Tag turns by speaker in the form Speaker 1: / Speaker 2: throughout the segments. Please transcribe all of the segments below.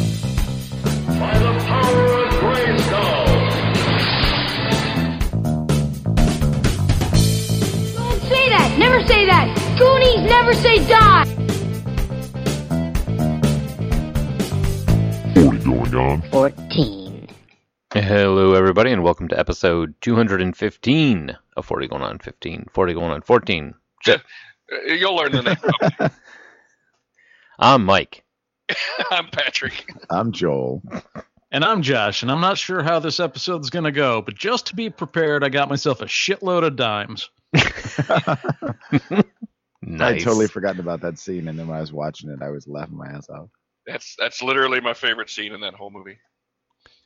Speaker 1: By the power of Grayskull.
Speaker 2: Don't say that! Never say that! Goonies never say die!
Speaker 1: Forty going on.
Speaker 3: 14.
Speaker 4: Hello, everybody, and welcome to episode 215 of 40 going on 15, 40 going on 14. Chip,
Speaker 5: Uh, You'll learn the name.
Speaker 4: I'm Mike.
Speaker 5: I'm Patrick.
Speaker 6: I'm Joel.
Speaker 7: And I'm Josh, and I'm not sure how this episode's going to go, but just to be prepared, I got myself a shitload of dimes.
Speaker 6: I
Speaker 4: Nice.
Speaker 6: had totally forgotten about that scene, and then when I was watching it, I was laughing my ass off.
Speaker 5: That's that's literally my favorite scene in that whole movie.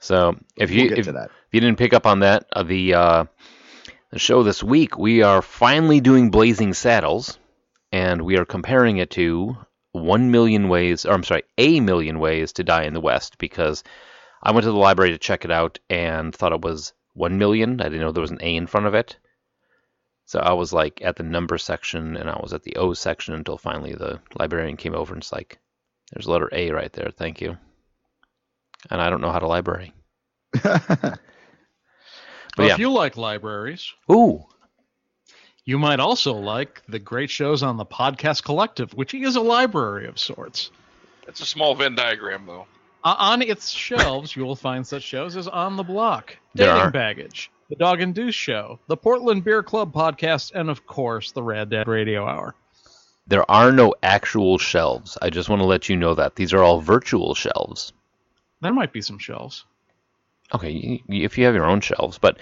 Speaker 4: So, if you
Speaker 6: We'll get
Speaker 4: if,
Speaker 6: to that.
Speaker 4: if you didn't pick up on that, uh, the uh, the show this week we are finally doing Blazing Saddles, and we are comparing it to One Million Ways, or I'm sorry, A Million Ways to Die in the West, because I went to the library to check it out and thought it was One Million. I didn't know there was an A in front of it, so I was like at the number section and I was at the O section until finally the librarian came over and it's like, "There's a letter A right there, thank you," and I don't know how to library.
Speaker 7: But
Speaker 4: yeah.
Speaker 7: if you like libraries,
Speaker 4: Ooh.
Speaker 7: you might also like the great shows on the Podcast Collective, which is a library of sorts.
Speaker 5: That's a small Venn diagram, though.
Speaker 7: Uh, on its shelves, you will find such shows as On the Block,
Speaker 4: There
Speaker 7: Dating
Speaker 4: are.
Speaker 7: Baggage, The Dog and Deuce Show, the Portland Beer Club podcast, and of course, the Rad Dad Radio Hour.
Speaker 4: There are no actual shelves. I just want to let you know that these are all virtual shelves.
Speaker 7: There might be some shelves.
Speaker 4: Okay, y- y- if you have your own shelves, but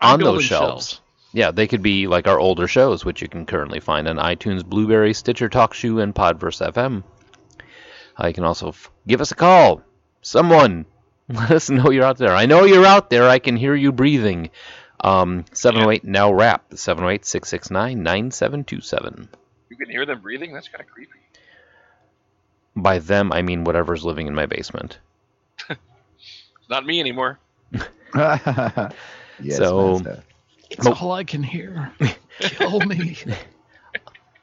Speaker 7: I'm
Speaker 4: on those
Speaker 7: building
Speaker 4: shelves, yeah, they could be like our older shows, which you can currently find on iTunes, Blueberry, Stitcher, TalkShoe, and Podverse FM. Uh, you can also f- give us a call. Someone, let us know you're out there. I know you're out there. I can hear you breathing. Um, 708 now oh rap 708 669 9727.
Speaker 5: You can hear them breathing. That's kind of creepy.
Speaker 4: By them, I mean whatever's living in my basement.
Speaker 5: It's not me anymore.
Speaker 6: yes,
Speaker 4: So-
Speaker 6: master.
Speaker 7: It's all I can hear. Kill me.
Speaker 4: Oh.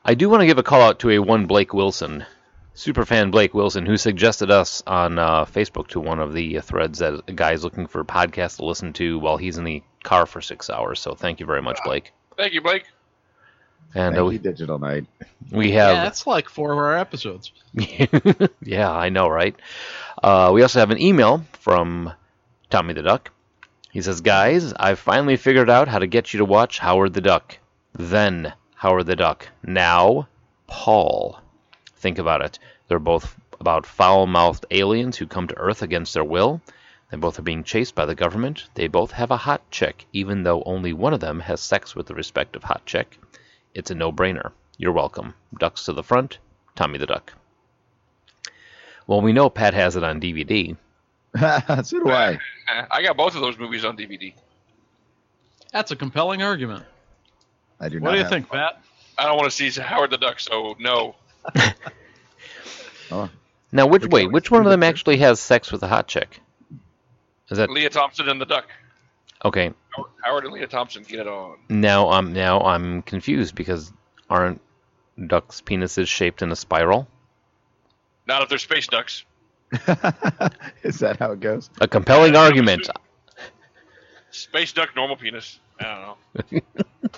Speaker 4: I do want to give a call out to a one Blake Wilson, superfan Blake Wilson, who suggested us on uh, Facebook to one of the threads that a guy's looking for podcasts to listen to while he's in the car for six hours. So thank you very much, Blake.
Speaker 5: Thank you, Blake.
Speaker 4: And uh,
Speaker 6: Ah, Thank you,
Speaker 4: we,
Speaker 6: Digital Knight.
Speaker 4: we
Speaker 7: Yeah,
Speaker 4: have,
Speaker 7: that's like four of our episodes.
Speaker 4: yeah, I know, right? Uh, we also have an email from Tommy the Duck. He says, "Guys, I finally figured out how to get you to watch Howard the Duck. Then Howard the Duck. Now Paul." Think about it. They're both about foul mouthed aliens who come to Earth against their will. They both are being chased by the government. They both have a hot chick, even though only one of them has sex with the respective hot chick. It's a no brainer. You're welcome. Ducks to the front, Tommy the Duck. Well, we know Pat has it on DVD.
Speaker 6: so do I.
Speaker 5: Eh, I got both of those movies on DVD.
Speaker 7: That's a compelling argument.
Speaker 6: I do not.
Speaker 7: What do you
Speaker 6: have-
Speaker 7: think, Pat?
Speaker 5: I don't want to see Howard the Duck, so no.
Speaker 6: Oh,
Speaker 4: Now, which
Speaker 6: Which
Speaker 4: way?
Speaker 6: one?
Speaker 4: Which one of them actually has sex with a hot chick? Is that
Speaker 5: Leah Thompson and the Duck.
Speaker 4: okay?
Speaker 5: Howard- Howard and Leah Thompson get on.
Speaker 4: Now I'm now I'm confused because aren't ducks' penises shaped in a spiral?
Speaker 5: Not if they're space ducks.
Speaker 6: is that how it goes?
Speaker 4: A compelling argument.
Speaker 5: Space duck, normal penis. I don't know.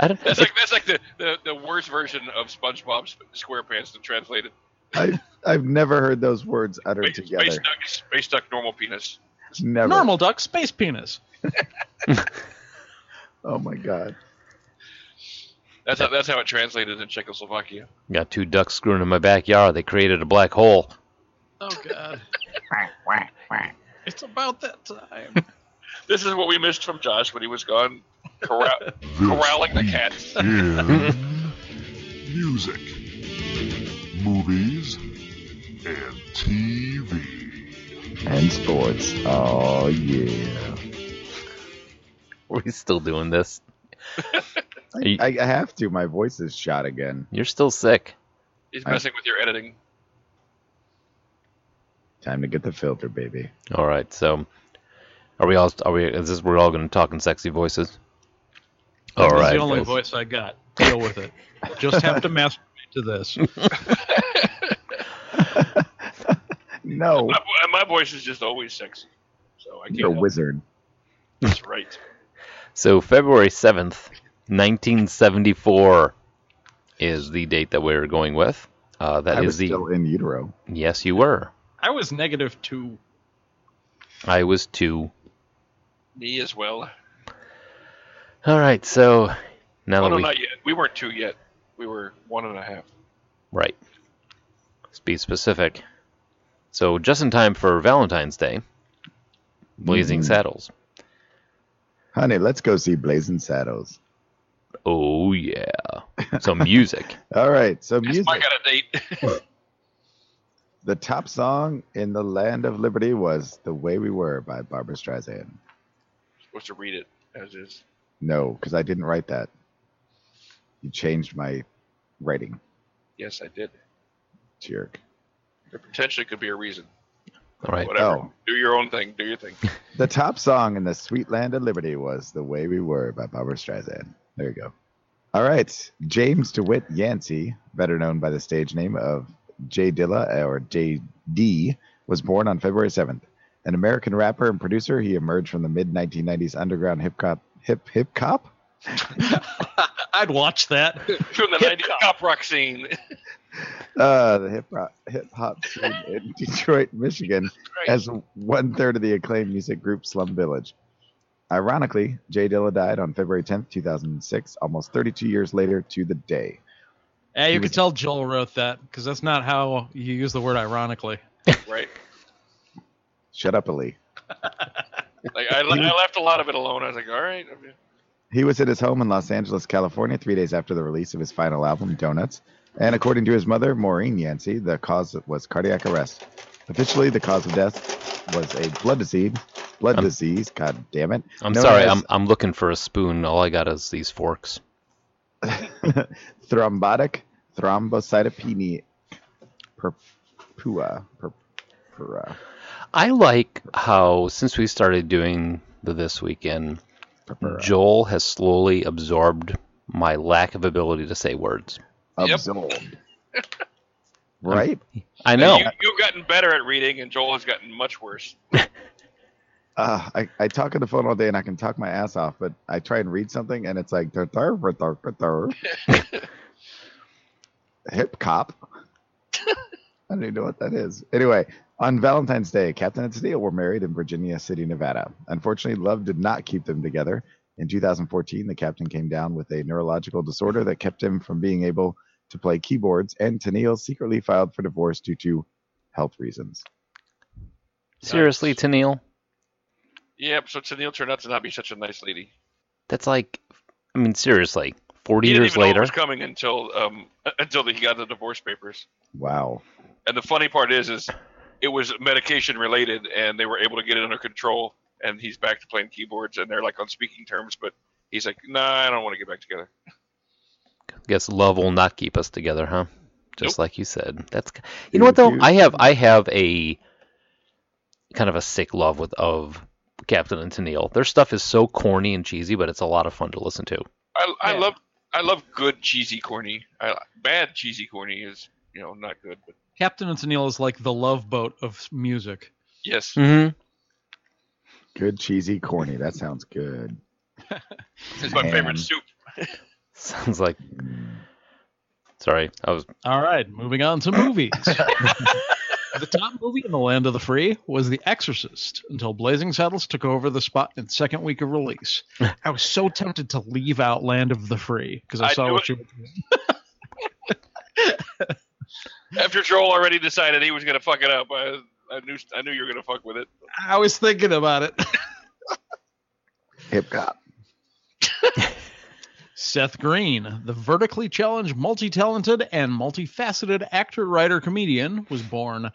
Speaker 4: I don't.
Speaker 5: That's like that's like the, the, the worst version of SpongeBob Sp- SquarePants to translate it.
Speaker 6: I, I've never heard those words uttered
Speaker 5: Space,
Speaker 6: together.
Speaker 5: space duck, space duck, normal penis.
Speaker 6: Never.
Speaker 7: Normal duck, space penis.
Speaker 6: Oh my god.
Speaker 5: That's how, that's how it translated in Czechoslovakia.
Speaker 4: Got two ducks screwing in my backyard. They created a black hole.
Speaker 7: Oh God. it's about that time.
Speaker 5: This is what we missed from Josh when he was gone corral- corralling the cats.
Speaker 3: in music, movies, and TV.
Speaker 6: And sports. Oh, yeah.
Speaker 4: Are we still doing this? Are you-
Speaker 6: I, I have to. My voice is shot again.
Speaker 4: You're still sick.
Speaker 5: He's
Speaker 6: I-
Speaker 5: messing with your editing.
Speaker 6: Time to get the filter, baby.
Speaker 4: All right. So, are we all? Are we? Is this we're all going to talk in sexy voices? All
Speaker 7: That's
Speaker 4: right.
Speaker 7: the only
Speaker 4: guys.
Speaker 7: voice I got. Deal with it. Just have to masturbate to this.
Speaker 6: No.
Speaker 5: My, my voice is just always sexy, so I can't.
Speaker 6: You're a
Speaker 5: help
Speaker 6: wizard.
Speaker 5: it. That's right.
Speaker 4: So February seventh, nineteen seventy-four, is the date that we're going with. Uh, that
Speaker 6: I
Speaker 4: is
Speaker 6: was
Speaker 4: the
Speaker 6: still in utero.
Speaker 4: yes, you were.
Speaker 7: I was negative two.
Speaker 4: I was two.
Speaker 5: Me as well.
Speaker 4: All right. So now
Speaker 5: Oh,
Speaker 4: that
Speaker 5: no,
Speaker 4: we
Speaker 5: not yet. We weren't two yet. We were one and a half.
Speaker 4: Right. Let's be specific. So, just in time for Valentine's Day, Blazing
Speaker 6: Mm-hmm.
Speaker 4: Saddles.
Speaker 6: Honey, let's go see Blazing Saddles.
Speaker 4: Oh, yeah. Some music.
Speaker 6: All right, so
Speaker 5: Yes,
Speaker 6: music.
Speaker 5: I got a date.
Speaker 6: The top song in the land of liberty was "The Way We Were" by Barbara Streisand.
Speaker 5: supposed to read it as is.
Speaker 6: No, because I didn't write that. You changed my writing,
Speaker 5: Yes, I did.
Speaker 6: jerk.
Speaker 5: There potentially could be a reason.
Speaker 4: All right.
Speaker 5: Whatever.
Speaker 6: Oh.
Speaker 5: Do your own thing. Do your thing.
Speaker 6: The top song in the sweet land of liberty was "The Way We Were" by Barbara Streisand. There you go. All right, James DeWitt Yancey, better known by the stage name of Jay Dilla or J.D., was born on February 7th. An American rapper and producer, he emerged from the mid 1990s underground hip hop hip hip hop
Speaker 7: I'd watch that.
Speaker 5: From the 90s cop rock scene.
Speaker 6: uh, the hip hop hip hop scene in Detroit, Michigan,
Speaker 5: Right.
Speaker 6: as one third of the acclaimed music group Slum Village. Ironically, Jay Dilla died on February 10th, 2006, almost 32 years later to the day.
Speaker 7: Yeah, you can tell Joel wrote that because that's not how you use the word ironically.
Speaker 5: right.
Speaker 6: Shut up, Ali.
Speaker 5: Like I, le- I left a lot of it alone. I was like, all right. I mean,
Speaker 6: He was at his home in Los Angeles, California, three days after the release of his final album, Donuts. And according to his mother, Maureen Yancey, the cause was cardiac arrest. Officially, the cause of death was a blood disease. Blood disease. God damn it.
Speaker 4: I'm
Speaker 6: known
Speaker 4: sorry.
Speaker 6: as
Speaker 4: I'm, I'm looking for a spoon. All I got is these forks.
Speaker 6: thrombotic thrombocytopenia purpura. Purpura.
Speaker 4: I like how, since we started doing the This Weekend, Joel has slowly absorbed my lack of ability to say words.
Speaker 5: Yep.
Speaker 6: Absolved. Right?
Speaker 4: I know.
Speaker 5: You, you've gotten better at reading, and Joel has gotten much worse.
Speaker 6: Uh, I, I talk on the phone all day and I can talk my ass off, but I try and read something and it's like "Dur, dur, dur, dur, dur, dur." hip cop. I don't even know what that is. Anyway, on Valentine's Day, Captain and Steele were married in Virginia City, Nevada. Unfortunately, love did not keep them together. In 2014, the captain came down with a neurological disorder that kept him from being able to play keyboards, and Tennille secretly filed for divorce due to health reasons.
Speaker 4: Seriously, Tennille?
Speaker 5: Yep. So Tennille turned out to not be such a nice lady.
Speaker 4: That's like, I mean, seriously. 40
Speaker 5: He didn't
Speaker 4: years
Speaker 5: even know it
Speaker 4: later.
Speaker 5: was coming until um until he got the divorce papers.
Speaker 6: Wow.
Speaker 5: And the funny part is, is it was medication related, and they were able to get it under control. And he's back to playing keyboards, and they're like on speaking terms. But he's like, "Nah, I don't want to get back together."
Speaker 4: Guess love will not keep us together, huh? Just like you said. That's ki- you know
Speaker 6: Yeah,
Speaker 4: what though.
Speaker 6: dude.
Speaker 4: I have I have a kind of a sick love with of Captain and Tennille. Their stuff is so corny and cheesy, but it's a lot of fun to listen to.
Speaker 5: I, I
Speaker 7: Yeah.
Speaker 5: love I love good cheesy corny. I, bad cheesy corny is you know not good, but
Speaker 7: Captain and Tennille is like the love boat of music.
Speaker 5: yes,
Speaker 4: Mm-hmm.
Speaker 6: Good, cheesy, corny. That sounds good.
Speaker 5: it's my
Speaker 6: Man.
Speaker 5: favorite soup.
Speaker 4: Sounds like. Sorry, I was.
Speaker 7: All right, moving on to movies. the top movie in the land of the free was The Exorcist until Blazing Saddles took over the spot in its second week of release. I was so tempted to leave out Land of the Free because I,
Speaker 5: I
Speaker 7: saw
Speaker 5: knew
Speaker 7: what
Speaker 5: it.
Speaker 7: you
Speaker 5: After Joel already decided he was gonna fuck it up, I, I knew I knew you were gonna fuck with it.
Speaker 7: I was thinking about it.
Speaker 6: Hip cop.
Speaker 7: Seth Green, the vertically challenged, multi talented, and multifaceted actor, writer, comedian, was born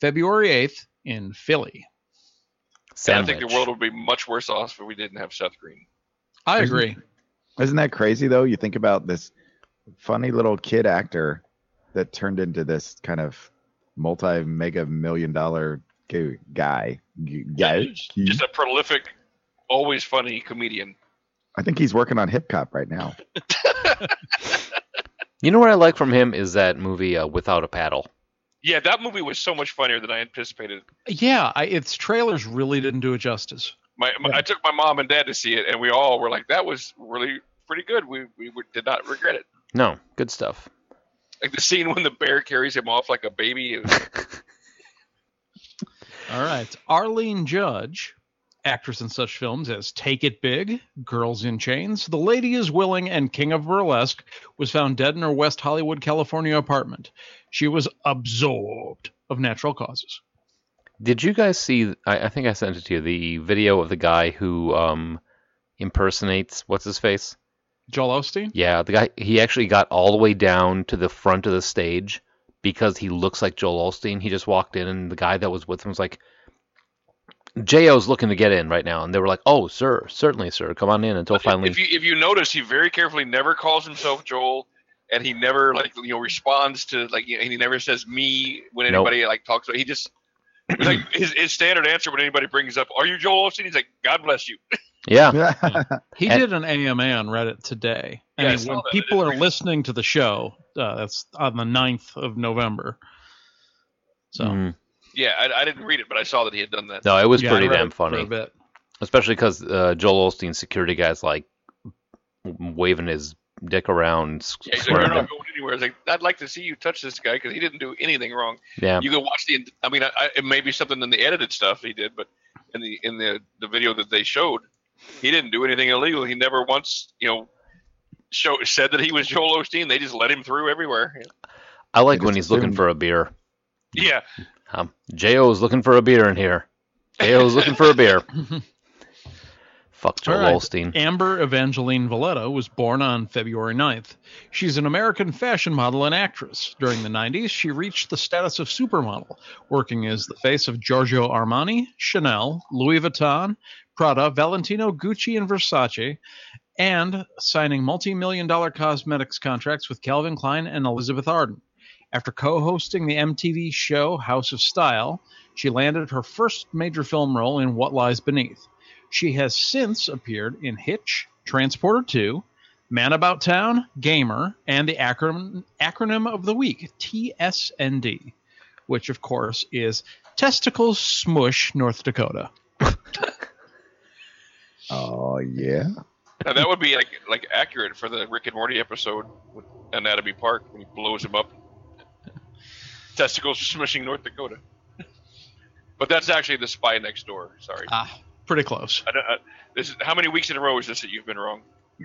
Speaker 7: February 8th in Philly.
Speaker 5: And I think the world would be much worse off if we didn't have Seth Green.
Speaker 7: I agree.
Speaker 6: Isn't that crazy though? You think about this funny little kid actor that turned into this kind of multi mega million dollar gu- guy. Gu- guy.
Speaker 5: Just- Just a prolific, always funny comedian.
Speaker 6: I think he's working on Hip Cop right now.
Speaker 4: You know what I like from him is that movie uh, Without a Paddle.
Speaker 5: Yeah, that movie was so much funnier than I anticipated.
Speaker 7: Yeah, I, its trailers really didn't do it justice.
Speaker 5: My, my I took my mom and dad to see it, and we all were like, "That was really pretty good." We we were, did not regret it.
Speaker 4: No, good stuff.
Speaker 5: Like the scene when the bear carries him off like a baby. and-
Speaker 7: All right. Arlene Judge, actress in such films as Take It Big, Girls in Chains, The Lady is Willing, and King of Burlesque, was found dead in her West Hollywood, California apartment. She was absorbed of natural causes.
Speaker 4: Did you guys see? I, I think I sent it to you. The video of the guy who um, impersonates what's his face?
Speaker 7: Joel Osteen?
Speaker 4: Yeah, the guy. He actually got all the way down to the front of the stage because he looks like Joel Olstein. He just walked in, and the guy that was with him was like, "Jo's looking to get in right now," and they were like, "Oh, sir, certainly, sir, come on in." Until finally,
Speaker 5: If you if you notice, he very carefully never calls himself Joel, and he never like you know responds to like you know, and he never says me when
Speaker 4: Nope.
Speaker 5: anybody like talks. He just like his, his standard answer when anybody brings up, "Are you Joel Osteen?" He's like, "God bless you."
Speaker 4: yeah,
Speaker 7: He
Speaker 4: And-
Speaker 7: did an AMA on Reddit today.
Speaker 5: Yeah, I
Speaker 7: And
Speaker 5: saw
Speaker 7: when
Speaker 5: that.
Speaker 7: people are listening to the show, uh, that's on the 9th of November. So,
Speaker 4: Mm.
Speaker 5: Yeah, I, I didn't read it, but I saw that he had done that.
Speaker 4: no, it was
Speaker 7: yeah, I
Speaker 4: pretty
Speaker 7: read
Speaker 4: damn
Speaker 7: it for a
Speaker 4: funny.
Speaker 7: bit.
Speaker 4: especially because uh, Joel Olstein's security guy's like waving his dick around. s-
Speaker 5: Yeah, he's like,
Speaker 4: swearing
Speaker 5: "We're
Speaker 4: at
Speaker 5: not
Speaker 4: him."
Speaker 5: going anywhere." I was like, "I'd like to see you touch this guy because he didn't do anything wrong."
Speaker 4: yeah.
Speaker 5: You can watch the. I mean, I, I, it may be something in the edited stuff he did, but in the in the the video that they showed, he didn't do anything illegal. He never once, you know, show said that he was Joel Osteen. They just let him through everywhere.
Speaker 4: I like
Speaker 6: They
Speaker 4: when
Speaker 6: just
Speaker 4: he's looking
Speaker 6: assumed-
Speaker 4: for a beer.
Speaker 5: Yeah,
Speaker 4: Um, Jo's looking for a beer in here. Jo's looking for a beer. Fuck Joel
Speaker 7: All right.
Speaker 4: Olstein.
Speaker 7: Amber Evangeline Valletta was born on February 9th. She's an American fashion model and actress. During the 90s, she reached the status of supermodel, working as the face of Giorgio Armani, Chanel, Louis Vuitton, Prada, Valentino, Gucci, and Versace, and signing multi million dollar cosmetics contracts with Calvin Klein and Elizabeth Arden. After co hosting the MTV show House of Style, she landed her first major film role in What Lies Beneath. She has since appeared in Hitch, Transporter 2, Man About Town, Gamer, and the acronym, acronym of the week, TSND, which of course is Testicles Smush North Dakota.
Speaker 6: oh yeah.
Speaker 5: now that would be like like accurate for the Rick and Morty episode with Anatomy Park when he blows him up, testicles smishing North Dakota. But that's actually the spy next door. Sorry.
Speaker 7: Ah, pretty close.
Speaker 5: I don't, I, this is, how many weeks in a row is this that you've been wrong?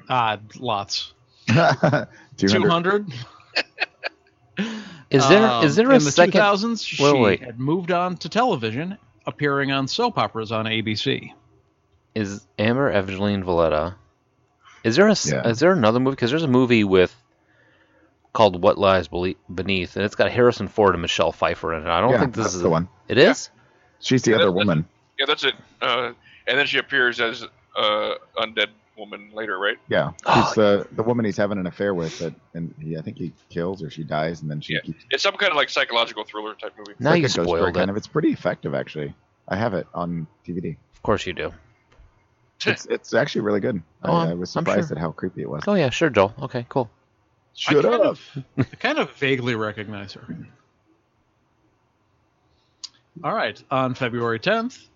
Speaker 7: Ah, lots.
Speaker 6: 200.
Speaker 7: 200.
Speaker 4: Is there is
Speaker 7: Um,
Speaker 4: there
Speaker 7: in
Speaker 4: a
Speaker 7: the
Speaker 4: second?
Speaker 7: 2000s, she
Speaker 4: Wait, wait.
Speaker 7: had moved on to television, appearing on soap operas on ABC.
Speaker 4: Is Amber Evangeline Valletta? Is there a s-
Speaker 6: Yeah.
Speaker 4: is there another movie? Because there's a movie with called What Lies Bele- Beneath, and it's got Harrison Ford and Michelle Pfeiffer in it. I don't
Speaker 6: Yeah,
Speaker 4: think this
Speaker 6: that's
Speaker 4: is
Speaker 6: the
Speaker 4: a-
Speaker 6: one.
Speaker 4: It is.
Speaker 6: She's the
Speaker 5: Yeah,
Speaker 6: other
Speaker 5: that's-
Speaker 6: woman.
Speaker 5: Yeah, that's it. Uh, and then she appears as uh, undead woman later, right?
Speaker 6: Yeah.
Speaker 4: Oh,
Speaker 6: She's the the woman he's having an affair with that and he, I think he kills or she dies and then she
Speaker 5: Yeah.
Speaker 6: keeps
Speaker 5: It's some kind of like psychological thriller type movie.
Speaker 4: Now
Speaker 6: like
Speaker 4: you
Speaker 6: a Ghost
Speaker 4: spoiled
Speaker 6: Story
Speaker 4: it.
Speaker 6: kind of it's pretty effective actually. I have it on DVD.
Speaker 4: Of course you do.
Speaker 6: It's it's actually really good.
Speaker 4: Oh,
Speaker 6: I, I
Speaker 4: I'm-
Speaker 6: was
Speaker 4: I'm
Speaker 6: surprised
Speaker 4: sure.
Speaker 6: at how creepy it was.
Speaker 4: Oh yeah, sure, Joel. Okay, cool.
Speaker 6: Shut
Speaker 7: I kind
Speaker 6: up.
Speaker 7: of- I kind of vaguely recognize her. All right. On February 10th,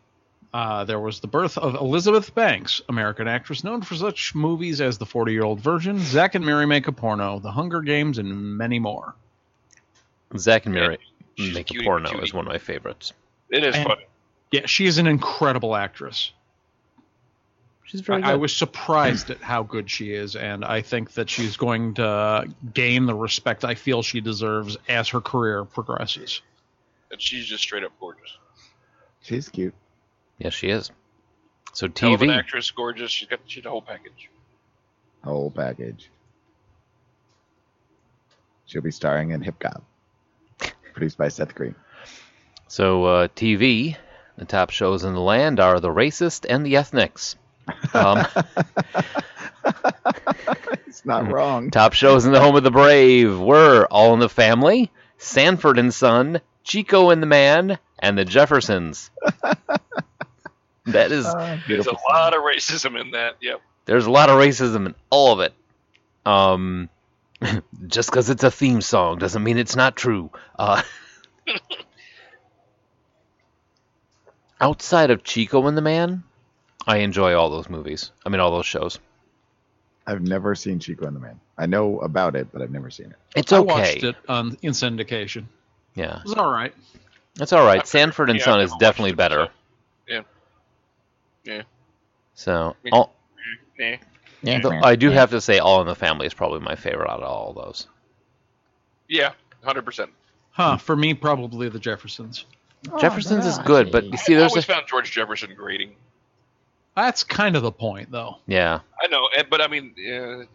Speaker 7: uh, there was the birth of Elizabeth Banks, American actress known for such movies as The 40 Year Old Virgin, Zack and Mary Make a Porno, The Hunger Games, and many more.
Speaker 4: Zach and Mary
Speaker 5: She's a
Speaker 4: make a
Speaker 5: cutie
Speaker 4: porno
Speaker 5: patootie.
Speaker 4: is one of my favorites.
Speaker 5: It is
Speaker 7: And-
Speaker 5: funny.
Speaker 7: Yeah, she is an incredible actress.
Speaker 4: She's very good.
Speaker 7: I, I was surprised at how good she is, and I think that she's going to gain the respect I feel she deserves as her career progresses.
Speaker 5: And she's just straight up gorgeous.
Speaker 6: She's cute.
Speaker 4: yes, she is. So
Speaker 5: Hell of an
Speaker 4: TV.
Speaker 5: actress, gorgeous. She's got she's the whole package.
Speaker 6: Whole package. She'll be starring in Hip Cop, produced by Seth Green.
Speaker 4: So uh, TV. The top shows in the land are the racist and the ethnics. Um,
Speaker 6: It's
Speaker 4: Hmm.
Speaker 6: not wrong.
Speaker 4: Top shows in the home of the brave were All in the Family, Sanford and Son, Chico and the Man, and the Jeffersons. that is
Speaker 5: There's
Speaker 4: beautiful.
Speaker 5: a lot of racism in that. Yep.
Speaker 4: There's a lot of racism in all of it. Um, just because it's a theme song doesn't mean it's not true. Uh, outside of Chico and the Man, I enjoy all those movies. I mean, all those shows.
Speaker 6: I've never seen Chico and the Man. I know about it, but I've never seen it.
Speaker 4: It's
Speaker 7: I
Speaker 4: okay.
Speaker 7: watched it on in syndication.
Speaker 4: Yeah,
Speaker 7: It was all right.
Speaker 4: it's all right. Sanford and
Speaker 5: Yeah,
Speaker 4: Son
Speaker 5: I
Speaker 4: is
Speaker 5: watched
Speaker 4: definitely
Speaker 5: it,
Speaker 4: better.
Speaker 5: so- yeah. Yeah.
Speaker 4: So,
Speaker 5: Yeah.
Speaker 4: all,
Speaker 5: Eh.
Speaker 4: though I do have to say, All in the Family is probably my favorite out of all those.
Speaker 5: Yeah, hundred percent.
Speaker 7: Huh? For me, probably the Jeffersons.
Speaker 4: Jefferson's is good, but you see,
Speaker 5: I
Speaker 4: there's
Speaker 5: always
Speaker 4: a,
Speaker 5: found George Jefferson grating.
Speaker 7: That's kind of the point, though.
Speaker 4: yeah.
Speaker 5: I know, eh, but I mean, uh,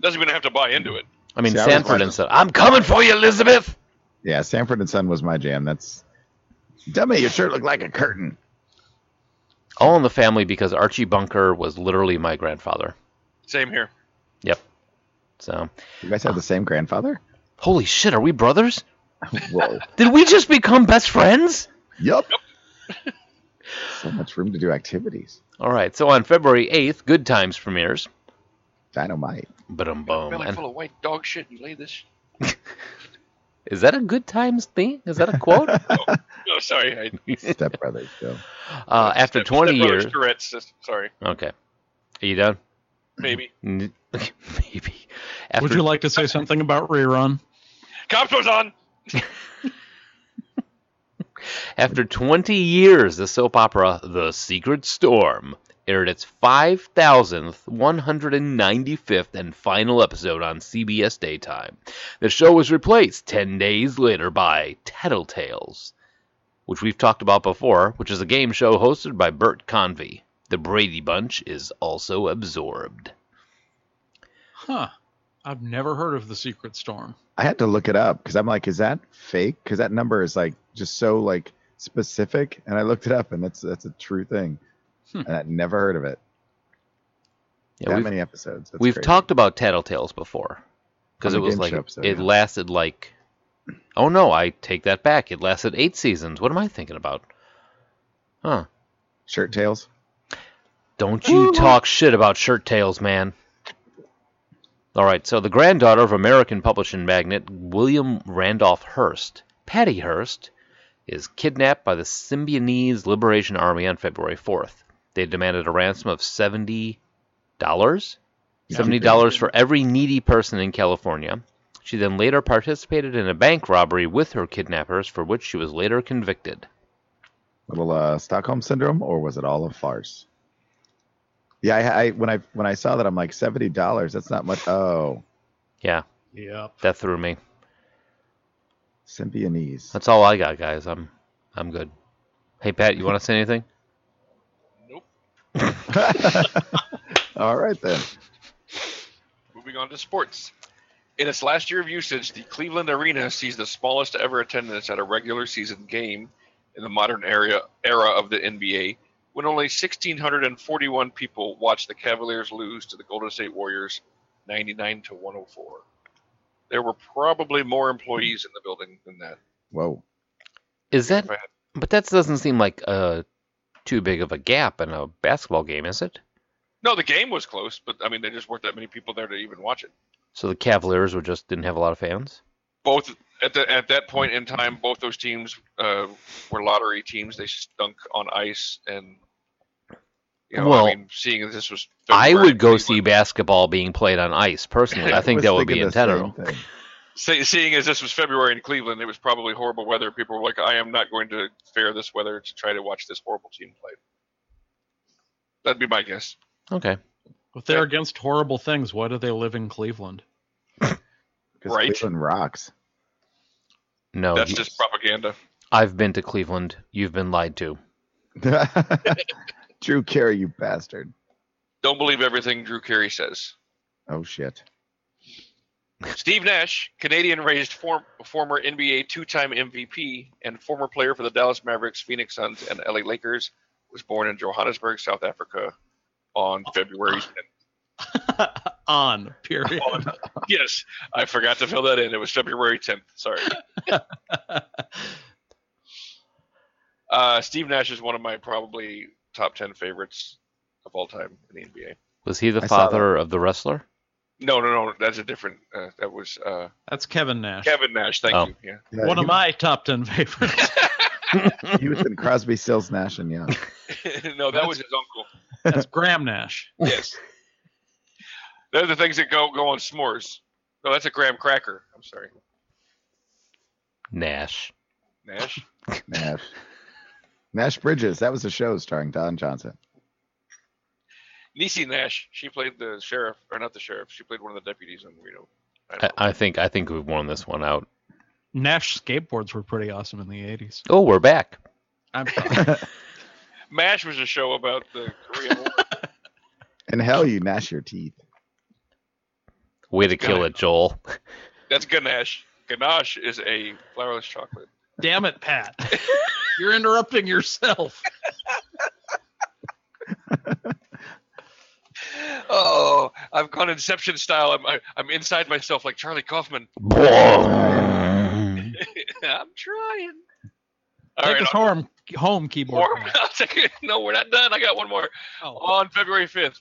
Speaker 5: doesn't even have to buy into it.
Speaker 4: I mean,
Speaker 6: See, I was
Speaker 4: Sanford
Speaker 6: watching-
Speaker 4: and Son. I'm coming for you, Elizabeth.
Speaker 6: Yeah, Sanford and Son was my jam. That's dummy. Your shirt looked like a curtain.
Speaker 4: All in the Family because Archie Bunker was literally my grandfather.
Speaker 5: Same here.
Speaker 4: Yep. So,
Speaker 6: You guys have the same grandfather?
Speaker 4: holy shit, are we brothers?
Speaker 6: Whoa.
Speaker 4: Did we just become best friends?
Speaker 6: yup. So much room to do activities.
Speaker 4: All right. So on February 8th, Good Times premieres.
Speaker 6: Dynamite.
Speaker 4: Boom,
Speaker 5: Belly
Speaker 4: boom. And
Speaker 5: full of white dog shit. You lay this.
Speaker 4: is that a Good Times thing? Is that a quote?
Speaker 5: Oh, sorry. I,
Speaker 6: Step brothers. Go.
Speaker 4: uh, after
Speaker 5: Step-
Speaker 4: 20
Speaker 5: Step Brothers
Speaker 4: years.
Speaker 5: Tourette's, that's- sorry,
Speaker 4: Okay. Are you done?
Speaker 5: maybe.
Speaker 4: N- Maybe. After,
Speaker 7: Would you like to say something about rerun?
Speaker 5: Cops was on.
Speaker 4: After 20 years, the soap opera The Secret Storm aired its 5,000th, 195th, and final episode on CBS Daytime. The show was replaced 10 days later by Tattletales, which we've talked about before, which is a game show hosted by Bert Convey. The Brady Bunch is also absorbed.
Speaker 7: Huh? I've never heard of the Secret Storm.
Speaker 6: I had to look it up because I'm like, is that fake? Because that number is like just so like specific. And I looked it up, and that's that's a true thing. And I'd never heard of it.
Speaker 4: Yeah,
Speaker 6: that
Speaker 4: we've-
Speaker 6: many episodes. That's
Speaker 4: We've
Speaker 6: crazy.
Speaker 4: talked about Tattletales before because
Speaker 6: On
Speaker 4: it
Speaker 6: the
Speaker 4: was
Speaker 6: game
Speaker 4: like
Speaker 6: show episode,
Speaker 4: it
Speaker 6: yeah.
Speaker 4: lasted like. Oh no, I take that back. It lasted eight seasons. What am I thinking about? Huh?
Speaker 6: shirt tails.
Speaker 4: Don't you talk shit about shirt tails, man. All right. So the granddaughter of American publishing magnate William Randolph Hearst, Patty Hearst, is kidnapped by the Symbionese Liberation Army on February 4th. They demanded a ransom of seventy dollars. seventy dollars for every needy person in California. She then later participated in a bank robbery with her kidnappers, for which she was later convicted.
Speaker 6: little uh, Stockholm syndrome, or was it all a farce? Yeah, I, I when I when I saw that, I'm like seventy dollars. That's not much. Oh,
Speaker 4: Yeah,
Speaker 7: Yep.
Speaker 4: that threw me.
Speaker 6: Symbionese.
Speaker 4: That's all I got, guys. I'm, I'm good. Hey Pat, you want to say anything?
Speaker 5: Nope.
Speaker 6: All right then.
Speaker 5: Moving on to sports. In its last year of usage, the Cleveland Arena sees the smallest ever attendance at a regular season game in the modern era era of the NBA, when only 1,641 people watched the Cavaliers lose to the Golden State Warriors, 99 to 104. There were probably more employees in the building than that.
Speaker 6: Whoa.
Speaker 4: Is that?
Speaker 5: Go ahead.
Speaker 4: But that doesn't seem like uh, too big of a gap in a basketball game, is it?
Speaker 5: No, the game was close, but I mean, there just weren't that many people there to even watch it.
Speaker 4: So the Cavaliers were just didn't have a lot of fans.
Speaker 5: both at the at that point in time, both those teams uh, were lottery teams. They stunk on ice, and you know,
Speaker 4: Well,
Speaker 5: I mean, seeing that this was,
Speaker 4: I
Speaker 5: February,
Speaker 4: would go
Speaker 5: Cleveland-
Speaker 4: see basketball being played on ice personally. I think
Speaker 6: was
Speaker 4: that would be
Speaker 6: thinking the same
Speaker 4: intentional.
Speaker 6: thing.
Speaker 5: See, seeing as this was February in Cleveland, it was probably horrible weather. People were like, "I am not going to fare this weather to try to watch this horrible team play." That'd be my guess.
Speaker 4: Okay.
Speaker 7: If they're against horrible things, why do they live in Cleveland?
Speaker 6: Because
Speaker 5: Right.
Speaker 6: Cleveland rocks.
Speaker 4: No.
Speaker 5: That's
Speaker 4: you-
Speaker 5: just propaganda.
Speaker 4: I've been to Cleveland. You've been lied to.
Speaker 6: Drew Carey, you bastard.
Speaker 5: Don't believe everything Drew Carey says.
Speaker 6: Oh shit.
Speaker 5: Steve Nash, Canadian raised form, former NBA two time MVP and former player for the Dallas Mavericks, Phoenix Suns, and LA Lakers, was born in Johannesburg, South Africa on February 10th.
Speaker 7: On period.
Speaker 5: yes, I forgot to fill that in. It was February 10th. Sorry. uh, Steve Nash is one of my probably top 10 favorites of all time in the NBA.
Speaker 4: Was he the
Speaker 6: I saw
Speaker 4: father of the wrestler?
Speaker 5: No, no, no. That's a different. Uh, that was uh,
Speaker 7: That's Kevin Nash.
Speaker 5: Kevin Nash. Thank
Speaker 4: Oh.
Speaker 5: you. Yeah.
Speaker 6: Yeah,
Speaker 7: One of
Speaker 6: he-
Speaker 7: my top ten favorites.
Speaker 6: He was in Crosby, Stills, Nash, and Young.
Speaker 5: no, that
Speaker 7: That's-
Speaker 5: was his uncle.
Speaker 7: That's Graham Nash.
Speaker 5: Yes. They're the things that go go on s'mores. No, that's a graham cracker. I'm sorry,
Speaker 4: Nash.
Speaker 5: Nash.
Speaker 6: Nash. Nash Bridges. That was a show starring Don Johnson.
Speaker 5: Niecy Nash. She played the sheriff, or not the sheriff. She played one of the deputies in Reno. I
Speaker 4: I,
Speaker 5: don't know.
Speaker 4: I think I think we've worn this one out.
Speaker 7: Nash skateboards were pretty awesome in the eighties.
Speaker 4: Oh, we're back.
Speaker 7: I'm
Speaker 5: Mash was a show about the Korean War.
Speaker 6: And hell, you gnash your teeth.
Speaker 4: Way to kill
Speaker 5: Got it.
Speaker 4: it, Joel.
Speaker 5: That's ganache. Ganache is a flourless chocolate.
Speaker 7: Damn it, Pat. You're interrupting yourself.
Speaker 5: Oh, I've gone Inception style. I'm I, I'm inside myself like Charlie Kaufman. I'm trying. All
Speaker 7: Take
Speaker 5: right,
Speaker 7: us
Speaker 5: I'll-
Speaker 7: home, home keyboard. man.
Speaker 5: I'll take it. No, we're not done. I got one more.
Speaker 7: Oh,
Speaker 5: on February 5th.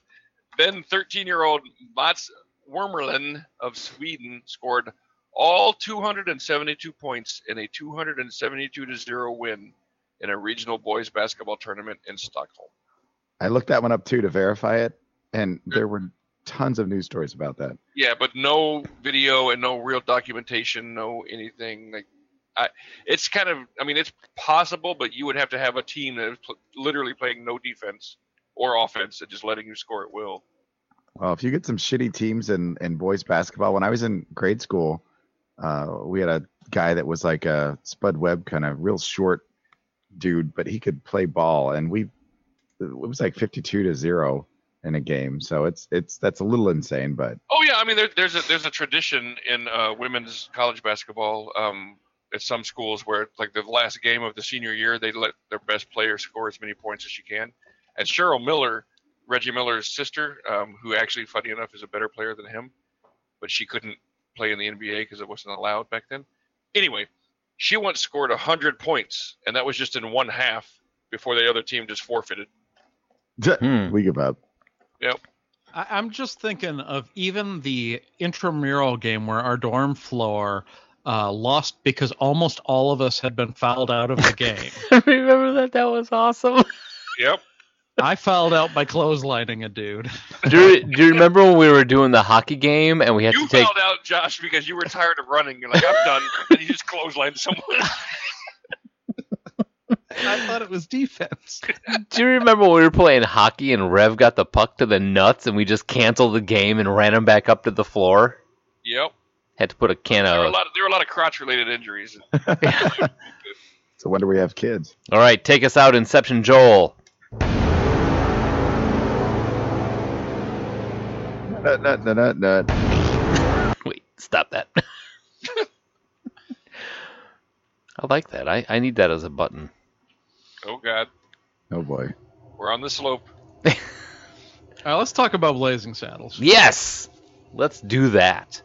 Speaker 5: Then 13 year old Mats Wormerlin of Sweden scored all 272 points in a 272 to 0 win in a regional boys basketball tournament in Stockholm.
Speaker 6: I looked that one up too to verify it, and there were tons of news stories about that.
Speaker 5: Yeah, but no video and no real documentation, no anything. Like, I, it's kind of, I mean, it's possible, but you would have to have a team that is pl- literally playing no defense or offense and just letting you score at will.
Speaker 6: Well, if you get some shitty teams in, in boys basketball, when I was in grade school, uh, we had a guy that was like a Spud Webb kind of real short dude, but he could play ball, and we it was like fifty-two to zero in a game. So it's it's that's a little insane, but
Speaker 5: Oh yeah, I mean there, there's a there's a tradition in uh, women's college basketball um, at some schools where like the last game of the senior year they let their best player score as many points as she can. And Cheryl Miller, Reggie Miller's sister, um, who actually funny enough is a better player than him, but she couldn't play in the NBA because it wasn't allowed back then. Anyway, she once scored hundred points, and that was just in one half before the other team just forfeited.
Speaker 4: Hmm.
Speaker 6: we give up.
Speaker 7: I, I'm just thinking of even the intramural game where our dorm floor uh, lost because almost all of us had been fouled out of the game.
Speaker 4: Remember that? That was awesome.
Speaker 5: Yep.
Speaker 7: I fouled out by clotheslining a dude.
Speaker 4: do, you, do you remember when we were doing the hockey game and we had
Speaker 5: You
Speaker 4: to take?
Speaker 5: found out, Josh, because you were tired of running. You're like, I'm done. and you just clotheslined someone.
Speaker 7: I thought it was defense.
Speaker 4: Do you remember when we were playing hockey and Rev got the puck to the nuts and we just canceled the game and ran him back up to the floor?
Speaker 5: Yep.
Speaker 4: Had to put a can
Speaker 5: There were a
Speaker 4: of.
Speaker 5: lot. There were a lot of crotch-related injuries.
Speaker 6: It's a wonder we have kids.
Speaker 4: All right, take us out, Inception Joel.
Speaker 6: Nut, nut, nut, nut, nut.
Speaker 4: Wait, stop that. I like that. I, I need that as a button.
Speaker 5: Oh God,
Speaker 6: Oh boy.
Speaker 5: we're on the slope.
Speaker 7: All right, let's talk about Blazing Saddles.
Speaker 4: Yes! Let's do that.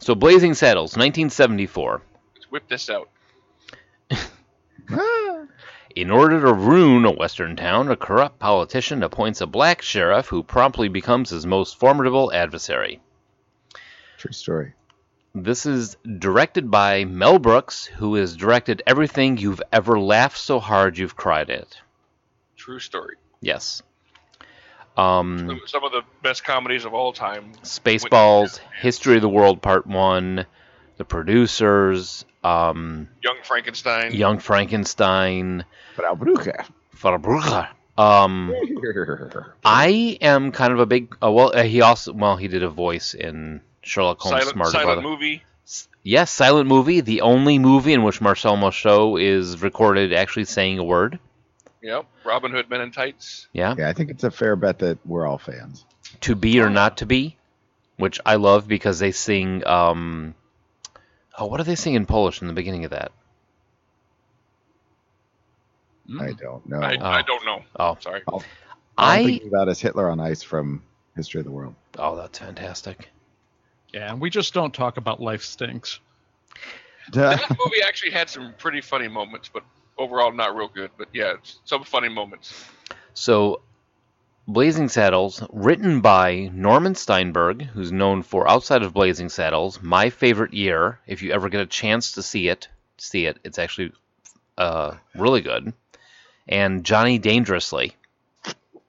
Speaker 4: So, Blazing Saddles, 1974.
Speaker 5: Let's whip this out.
Speaker 4: In order to ruin a western town, a corrupt politician appoints a black sheriff who promptly becomes his most formidable adversary.
Speaker 6: True story.
Speaker 4: This is directed by Mel Brooks, who has directed everything you've ever laughed so hard you've cried at.
Speaker 5: True story.
Speaker 4: Yes. Um,
Speaker 5: Some- Some of the best comedies of all time.
Speaker 4: Spaceballs, History of the World Part 1, The Producers, um,
Speaker 5: Young Frankenstein.
Speaker 4: Young Frankenstein,
Speaker 6: But Albruca.
Speaker 4: Farbrucher, Um, I am kind of a big. Uh, well, uh, he also well he did a voice in Sherlock Holmes'
Speaker 5: silent
Speaker 4: Smarter
Speaker 5: silent
Speaker 4: Brother.
Speaker 5: movie.
Speaker 4: Yes, silent movie, the only movie in which Marcel Marceau is recorded actually saying a word.
Speaker 5: Yep. Robin Hood Men in Tights.
Speaker 4: Yeah.
Speaker 6: yeah, I think it's a fair bet that we're all fans.
Speaker 4: To be or not to be, which I love because they sing. Um, oh, what do they sing in Polish in the beginning of that?
Speaker 6: I don't know.
Speaker 5: I,
Speaker 6: I,
Speaker 5: I don't know.
Speaker 4: Oh,
Speaker 5: Sorry.
Speaker 6: I'm
Speaker 4: I.
Speaker 6: thinking about is Hitler on Ice from History of the World.
Speaker 4: Oh, that's fantastic.
Speaker 7: Yeah, and we just don't talk about life stinks.
Speaker 6: Duh.
Speaker 5: that movie actually had some pretty funny moments, but overall not real good. But yeah, it's some funny moments.
Speaker 4: So, Blazing Saddles, written by Norman Steinberg, who's known for outside of Blazing Saddles, My Favorite Year. If you ever get a chance to see it, see it. It's actually uh, really good. And Johnny Dangerously.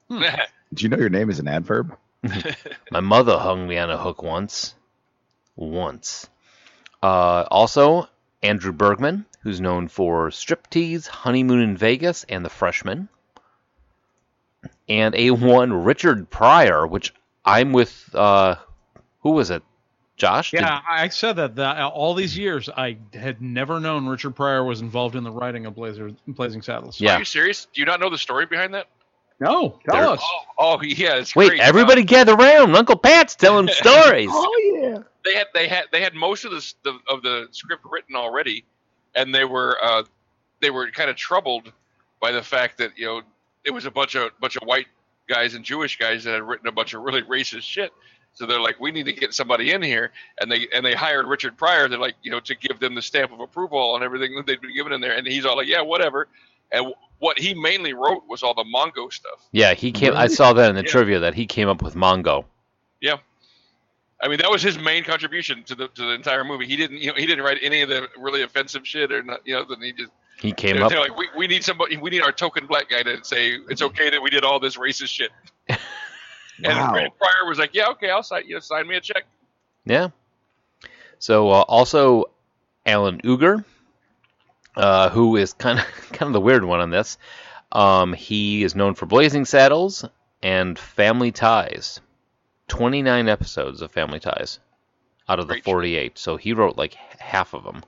Speaker 4: Hmm.
Speaker 6: Do you know your name is an adverb?
Speaker 4: My mother hung me on a hook once. Once. Uh, also, Andrew Bergman, who's known for Striptease, Honeymoon in Vegas, and The Freshman. And a one, Richard Pryor, which I'm with, uh, who was it? Josh? Did-
Speaker 7: Yeah, I said that, that all these years I had never known Richard Pryor was involved in the writing of Blazer, Blazing Saddles.
Speaker 4: Yeah.
Speaker 5: Are you serious? Do you not know the story behind that?
Speaker 7: No, tell
Speaker 4: There-
Speaker 7: us.
Speaker 5: Oh, oh yeah, it's
Speaker 4: Wait,
Speaker 5: great.
Speaker 4: everybody gather round. Uncle Pat's telling stories.
Speaker 5: they had they had they had most of the, s- the of the script written already, and they were uh, they were kind of troubled by the fact that you know it was a bunch of bunch of white guys and Jewish guys that had written a bunch of really racist shit. So they're like, we need to get somebody in here, and they and they hired Richard Pryor. They're like, you know, to give them the stamp of approval on everything that they'd been given in there, and he's all like, yeah, whatever. And what he mainly wrote was all the Mongo stuff.
Speaker 4: Yeah, he came. I saw that in the
Speaker 5: Yeah.
Speaker 4: trivia that he came up with Mongo.
Speaker 5: Yeah. I mean, that was his main contribution to the to the entire movie. He didn't, you know, he didn't write any of the really offensive shit or not, you know. Then he just
Speaker 4: He came
Speaker 5: they're,
Speaker 4: up.
Speaker 5: they're like, we, we need somebody, we need our token black guy to say it's okay that we did all this racist shit. and
Speaker 6: Wow.
Speaker 5: Brad Pryor was like, yeah, okay, I'll sign, you know, sign me a check.
Speaker 4: Yeah. So uh, also Alan Uger, uh, who is kind of kind of the weird one on this. Um, he is known for Blazing Saddles and Family Ties. Twenty nine episodes of Family Ties out of the
Speaker 5: Great show.
Speaker 4: forty eight. So he wrote like h- half of them.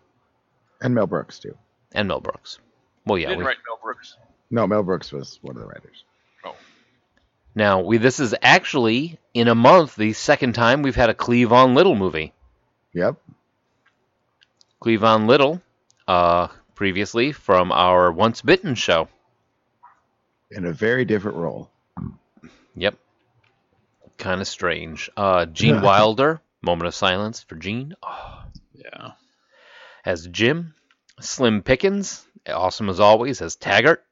Speaker 6: And Mel Brooks, too.
Speaker 4: And Mel Brooks. Well,
Speaker 5: He
Speaker 4: yeah.
Speaker 5: didn't
Speaker 4: We,
Speaker 5: write Mel Brooks.
Speaker 6: No, Mel Brooks was one of the writers.
Speaker 4: now we this is actually in a month the second time we've had a Cleavon Little movie.
Speaker 6: Yep.
Speaker 4: Cleavon Little, uh, previously from our Once Bitten show.
Speaker 6: In a very different role.
Speaker 4: Yep. Kind of strange. Uh, Gene Wilder, moment of silence for Gene,
Speaker 7: Yeah.
Speaker 4: as Jim. Slim Pickens, awesome as always, as Taggart.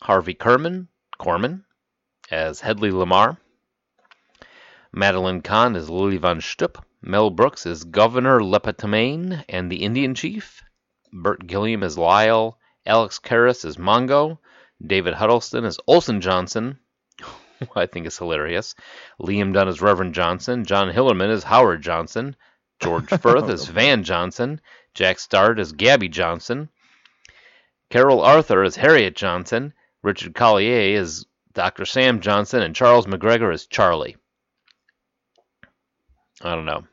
Speaker 4: Harvey Kerman, Corman, as Headley Lamar. Madeline Kahn as Lily Von Stupp. Mel Brooks as Governor Lepetamain and the Indian Chief. Bert Gilliam as Lyle. Alex Karras as Mongo. David Huddleston as Olson Johnson. who I think is hilarious. Liam Dunn as Reverend Johnson. John Hillerman as Howard Johnson. George Firth as Van Johnson. Jack Start as Gabby Johnson. Carol Arthur as Harriet Johnson. Richard Collier as Dr. Sam Johnson. And Charles McGregor as Charlie. I don't know.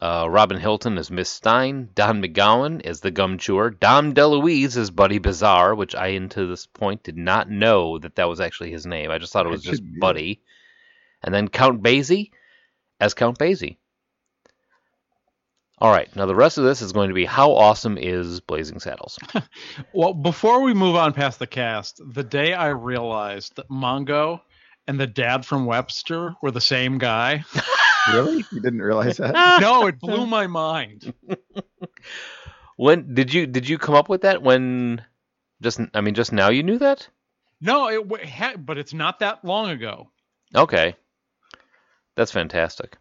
Speaker 4: Uh, Robin Hilton as Miss Stein. Don McGowan is the gum chewer. Dom DeLuise is Buddy Bazaar, which I, until this point, did not know that that was actually his name. I just thought it was
Speaker 6: It
Speaker 4: just
Speaker 6: should be.
Speaker 4: Buddy. And then Count Basie as Count Basie. All right. Now, the rest of this is going to be how awesome is Blazing Saddles?
Speaker 7: Well, before we move on past the cast, the day I realized that Mongo and the dad from Webster were the same guy,
Speaker 6: Really? You didn't realize that?
Speaker 7: no, it blew my mind.
Speaker 4: When did you did you come up with that? When just I mean just now you knew that?
Speaker 7: No, it w- ha- but it's not that long ago.
Speaker 4: Okay. That's fantastic.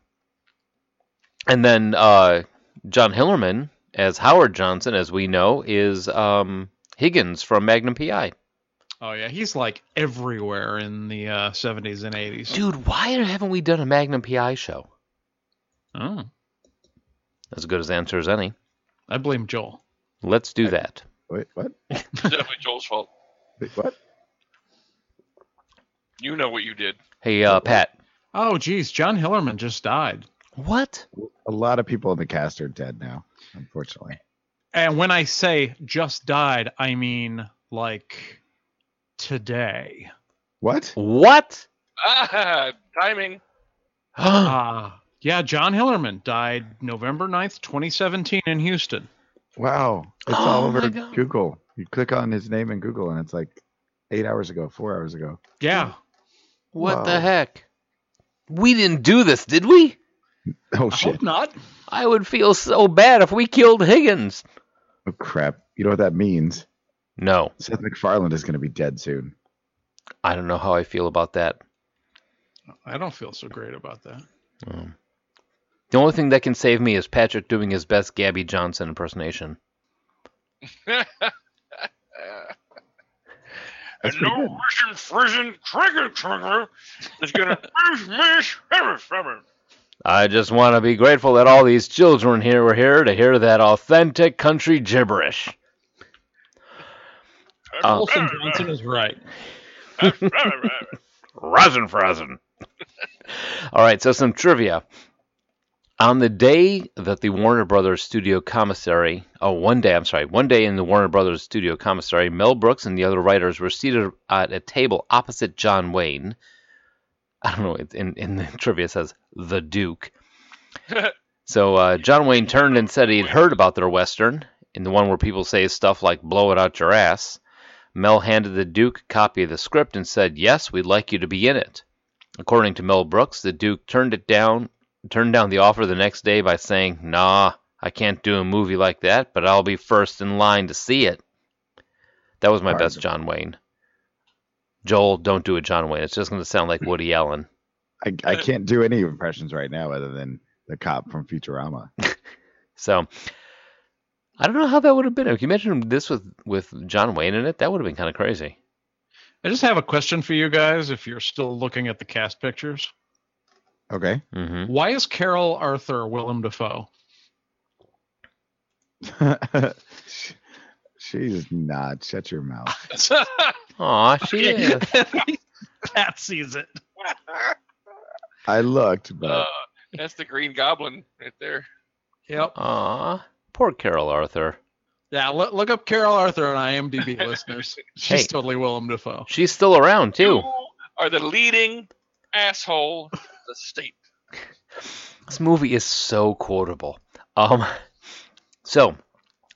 Speaker 4: And then uh, John Hillerman as Howard Johnson, as we know, is um, Higgins from Magnum PI.
Speaker 7: Oh yeah, he's like everywhere in the uh, 70s and 80s.
Speaker 4: Dude, why haven't we done a Magnum PI show?
Speaker 7: Oh,
Speaker 4: As good as answer as any.
Speaker 7: I blame Joel.
Speaker 4: Let's do that.
Speaker 6: Wait, what?
Speaker 5: It's definitely Joel's fault.
Speaker 6: Wait, what?
Speaker 5: You know what you did.
Speaker 4: Hey, uh, Pat.
Speaker 7: Oh, geez, John Hillerman just died.
Speaker 4: What?
Speaker 6: A lot of people in the cast are dead now, unfortunately.
Speaker 7: And when I say just died, I mean like today.
Speaker 6: What?
Speaker 4: What?
Speaker 5: Ah, timing.
Speaker 7: Uh, yeah, John Hillerman died November 9th, 2017 in Houston.
Speaker 6: Wow. It's all
Speaker 4: Oh my
Speaker 6: over
Speaker 4: God.
Speaker 6: Google. You click on his name in Google and it's like eight hours ago, four hours ago.
Speaker 7: Yeah.
Speaker 4: What
Speaker 6: Wow.
Speaker 4: the heck? We didn't do this, did we?
Speaker 6: Oh,
Speaker 7: I
Speaker 6: shit.
Speaker 7: hope not.
Speaker 4: I would feel so bad if we killed Higgins.
Speaker 6: Oh, crap. You know what that means?
Speaker 4: No,
Speaker 6: Seth MacFarlane is going to be dead soon.
Speaker 4: I don't know how I feel about that.
Speaker 7: I don't feel so great about that.
Speaker 4: The only thing that can save me is Patrick doing his best Gabby Johnson impersonation.
Speaker 6: That's
Speaker 5: and no
Speaker 6: pretty good.
Speaker 5: Russian prison trigger trigger is gonna smash ever from her.
Speaker 4: I just want to be grateful that all these children here were here to hear that authentic country gibberish. Uh,
Speaker 7: Olson Johnson is right.
Speaker 4: Rosin frozen. All right, so some trivia. On the day that the Warner Brothers studio commissary, oh, one day, I'm sorry, one day in the Warner Brothers studio commissary, Mel Brooks and the other writers were seated at a table opposite John Wayne. I don't know, it's in, in the trivia it says the Duke. so uh, John Wayne turned and said he'd heard about their Western, in the one where people say stuff like blow it out your ass. Mel handed the Duke a copy of the script and said, "Yes, we'd like you to be in it." According to Mel Brooks, the Duke turned it down, turned down the offer the next day by saying, "Nah, I can't do a movie like that, but I'll be first in line to see it." That was my
Speaker 6: Hard.
Speaker 4: best John Wayne. Joel, don't do it, John Wayne. It's just going to sound like Woody Allen.
Speaker 6: I, I can't do any impressions right now other than the cop from Futurama.
Speaker 4: So I don't know how that would have been. If you imagine this with with John Wayne in it, that would have been kind of crazy.
Speaker 7: I just have a question for you guys if you're still looking at the cast pictures.
Speaker 6: Okay.
Speaker 4: hmm
Speaker 7: Why is Carol Arthur Willem Dafoe?
Speaker 6: She's not. Shut your mouth.
Speaker 4: Aw, she is.
Speaker 7: Pat sees it.
Speaker 6: I looked, but
Speaker 5: Uh, that's the Green Goblin right there.
Speaker 7: Yep.
Speaker 4: Aw, poor Carol Arthur.
Speaker 7: Yeah, look, look up Carol Arthur on IMDb, listeners. She's
Speaker 4: Hey.
Speaker 7: totally Willem Dafoe.
Speaker 4: She's still around too.
Speaker 5: You are the leading asshole in the state.
Speaker 4: This movie is so quotable. Um, so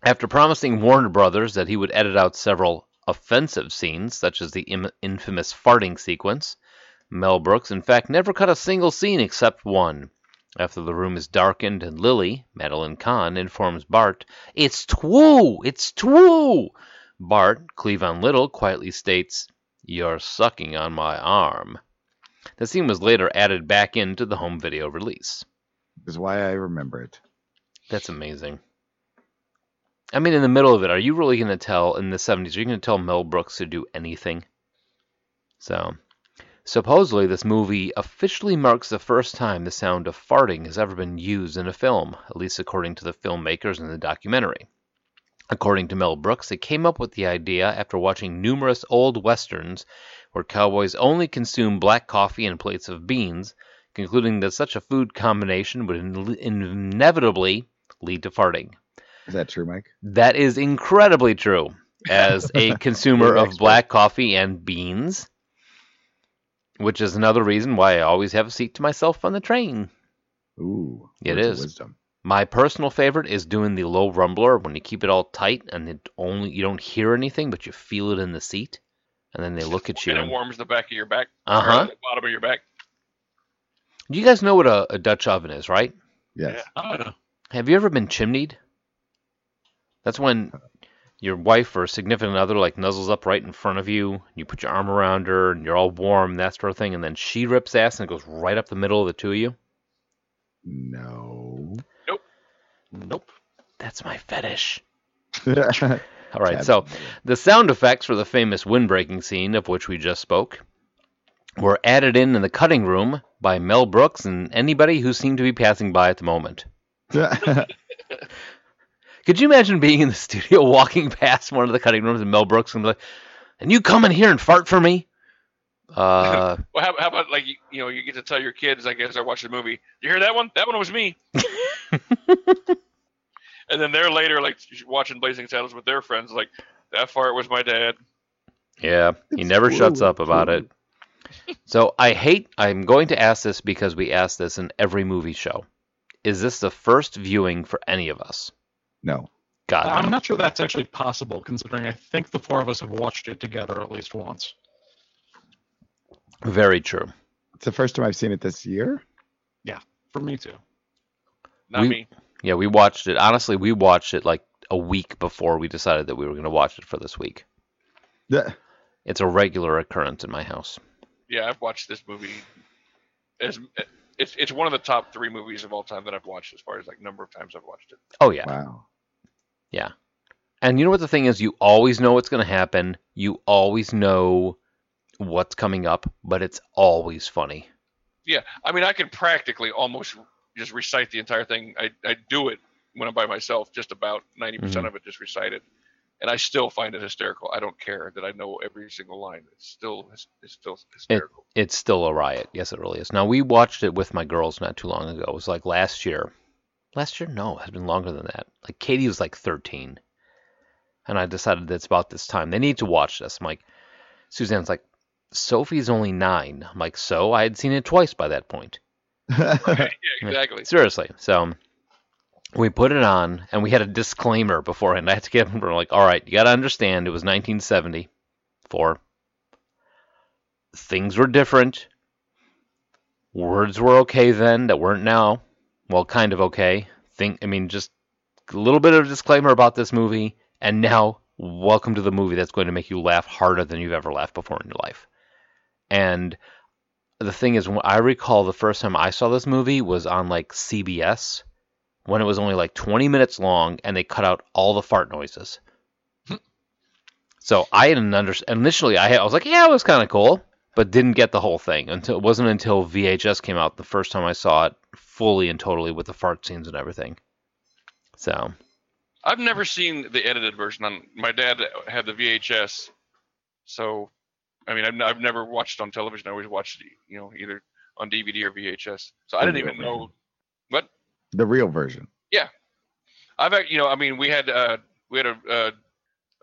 Speaker 4: after promising Warner Brothers that he would edit out several offensive scenes, such as the Im- infamous farting sequence, Mel Brooks, in fact, never cut a single scene except one. After the room is darkened and Lily, Madeline Kahn, informs Bart, It's Twoo! It's Twoo! Bart, Cleavon Little, quietly states, You're sucking on my arm. The scene was later added back into the home video release.
Speaker 6: is why I remember it.
Speaker 4: That's amazing. I mean, in the middle of it, are you really going to tell in the 70s, are you going to tell Mel Brooks to do anything? So, supposedly, this movie officially marks the first time the sound of farting has ever been used in a film, at least according to the filmmakers in the documentary. According to Mel Brooks, they came up with the idea after watching numerous old westerns where cowboys only consume black coffee and plates of beans, concluding that such a food combination would in- inevitably lead to farting.
Speaker 6: Is that true, Mike?
Speaker 4: That is incredibly true. As a consumer
Speaker 6: You're an
Speaker 4: of
Speaker 6: expert.
Speaker 4: black coffee and beans, which is another reason why I always have a seat to myself on the train.
Speaker 6: Ooh,
Speaker 4: It
Speaker 6: words of
Speaker 4: is.
Speaker 6: wisdom.
Speaker 4: My personal favorite is doing the low rumbler when you keep it all tight and it only you don't hear anything but you feel it in the seat, and then they look at you.
Speaker 5: And it warms the back of your back.
Speaker 4: Uh
Speaker 5: or
Speaker 4: huh.
Speaker 5: The bottom of your back.
Speaker 4: You guys know what a, a Dutch oven is, right?
Speaker 6: Yes.
Speaker 7: I don't know.
Speaker 4: Have you ever been chimneyed? That's when your wife or significant other like nuzzles up right in front of you, and you put your arm around her, and you're all warm, that sort of thing, and then she rips ass and it goes right up the middle of the two of you.
Speaker 6: No.
Speaker 7: Nope.
Speaker 4: That's my fetish.
Speaker 6: All
Speaker 4: All right, so the sound effects for the famous windbreaking scene of which we just spoke were added in in the cutting room by Mel Brooks and anybody who seemed to be passing by at the moment. Could you imagine being in the studio, walking past one of the cutting rooms, and Mel Brooks and be like, "And you come in here and fart for me?" Uh,
Speaker 5: how, how about like you, you know you get to tell your kids like as I watch the movie, you hear that one? That one was me. and then they're later like watching Blazing Saddles with their friends, like that fart was my dad.
Speaker 4: Yeah, he never shuts up about it. So I hate. I'm going to ask this because we ask this in every movie show. Is this the first viewing for any of us?
Speaker 6: No.
Speaker 4: God,
Speaker 7: I'm
Speaker 4: no.
Speaker 7: not sure that's actually possible, considering I think the four of us have watched it together at least once.
Speaker 4: very true.
Speaker 6: It's the first time I've seen it this year.
Speaker 7: Yeah, for me too.
Speaker 5: Not
Speaker 4: We-
Speaker 5: me.
Speaker 4: Yeah, we watched it. Honestly, we watched it like a week before we decided that we were going to watch it for this week.
Speaker 6: Yeah.
Speaker 4: It's a regular occurrence in my house.
Speaker 5: Yeah, I've watched this movie. As it's it's one of the top three movies of all time that I've watched as far as like number of times I've watched it.
Speaker 4: Oh yeah,
Speaker 6: Wow.
Speaker 4: yeah. And you know what the thing is? You always know what's going to happen. You always know what's coming up, but it's always funny.
Speaker 5: Yeah, I mean I can practically almost just recite the entire thing. I I do it when I'm by myself, just about ninety percent of it, just recite it, and I still find it hysterical. I don't care that I know every single line. It's still it's still
Speaker 4: It,
Speaker 5: hysterical.
Speaker 4: it's still a riot. Yes, it really is. Now we watched it with my girls not too long ago. It was like last year. Last year? No, it's been longer than that. Like Katie was like 13, and I decided that it's about this time. They need to watch this. I'm like, Suzanne's like, Sophie's only nine. I'm like, so I had seen it twice by that point.
Speaker 5: yeah, exactly.
Speaker 4: Seriously. So we put it on, and we had a disclaimer beforehand. I had to get them. We're like, all right, you got to understand, it was 1974. Things were different. Words were okay then that weren't now. Well, kind of okay. Think, I mean, just a little bit of a disclaimer about this movie. And now, welcome to the movie that's going to make you laugh harder than you've ever laughed before in your life. And the thing is, when I recall the first time I saw this movie was on like CBS when it was only like 20 minutes long and they cut out all the fart noises. so I didn't understand. Initially, I, had, I was like, yeah, it was kind of cool, but didn't get the whole thing until it wasn't until VHS came out the first time I saw it fully and totally with the fart scenes and everything. So,
Speaker 5: I've never seen the edited version. On my dad had the VHS, so I mean, I've, n- I've never watched on television. I always watched, you know, either on DVD or VHS. So I didn't even know. But
Speaker 6: The real version.
Speaker 5: I've, act- you know, I mean, we had uh, we had a uh,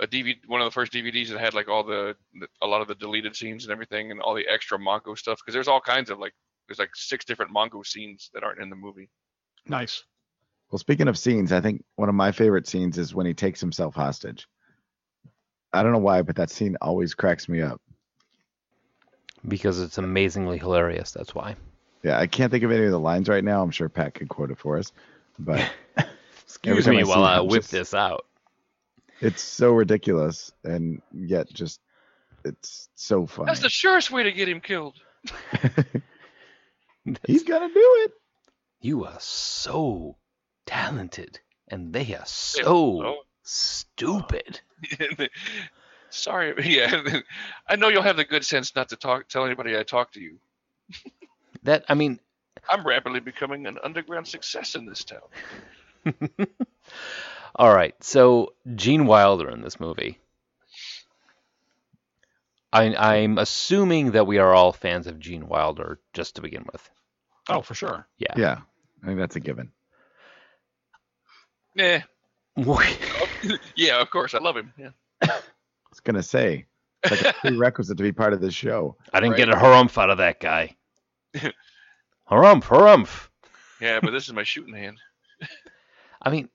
Speaker 5: a DVD, one of the first DVDs that had like all the, the a lot of the deleted scenes and everything, and all the extra Monko stuff because there's all kinds of like there's like six different Monko scenes that aren't in the movie.
Speaker 7: Nice.
Speaker 6: Well, speaking of scenes, I think one of my favorite scenes is when he takes himself hostage. I don't know why, but that scene always cracks me up.
Speaker 4: because it's amazingly hilarious, that's why.
Speaker 6: Yeah, I can't think of any of the lines right now. I'm sure Pat could quote it for us, but
Speaker 4: Excuse
Speaker 6: time
Speaker 4: me
Speaker 6: I see
Speaker 4: while
Speaker 6: it,
Speaker 4: I
Speaker 6: I'm
Speaker 4: uh, whip
Speaker 6: just-
Speaker 4: this out.
Speaker 6: it's so ridiculous and yet just it's so funny.
Speaker 5: That's the surest way to get him killed.
Speaker 6: He's gonna do it.
Speaker 4: You are so talented, and they are so
Speaker 5: so-
Speaker 4: stupid.
Speaker 5: Sorry, yeah. I know you'll have the good sense not to talk tell anybody I talked to you.
Speaker 4: That I mean,
Speaker 5: I'm rapidly becoming an underground success in this town.
Speaker 4: all right. So Gene Wilder in this movie. I, I'm assuming that we are all fans of Gene Wilder just to begin with.
Speaker 7: Oh, for sure.
Speaker 6: Yeah, I think that's a given.
Speaker 5: Yeah,
Speaker 4: Wh-
Speaker 5: yeah. Of course, I love him. Yeah.
Speaker 6: I was gonna say it's like a prerequisite to be part of this show.
Speaker 4: I didn't get a harumph out of that guy. harumph, harumph.
Speaker 5: Yeah, but this is my shooting hand.
Speaker 4: I mean,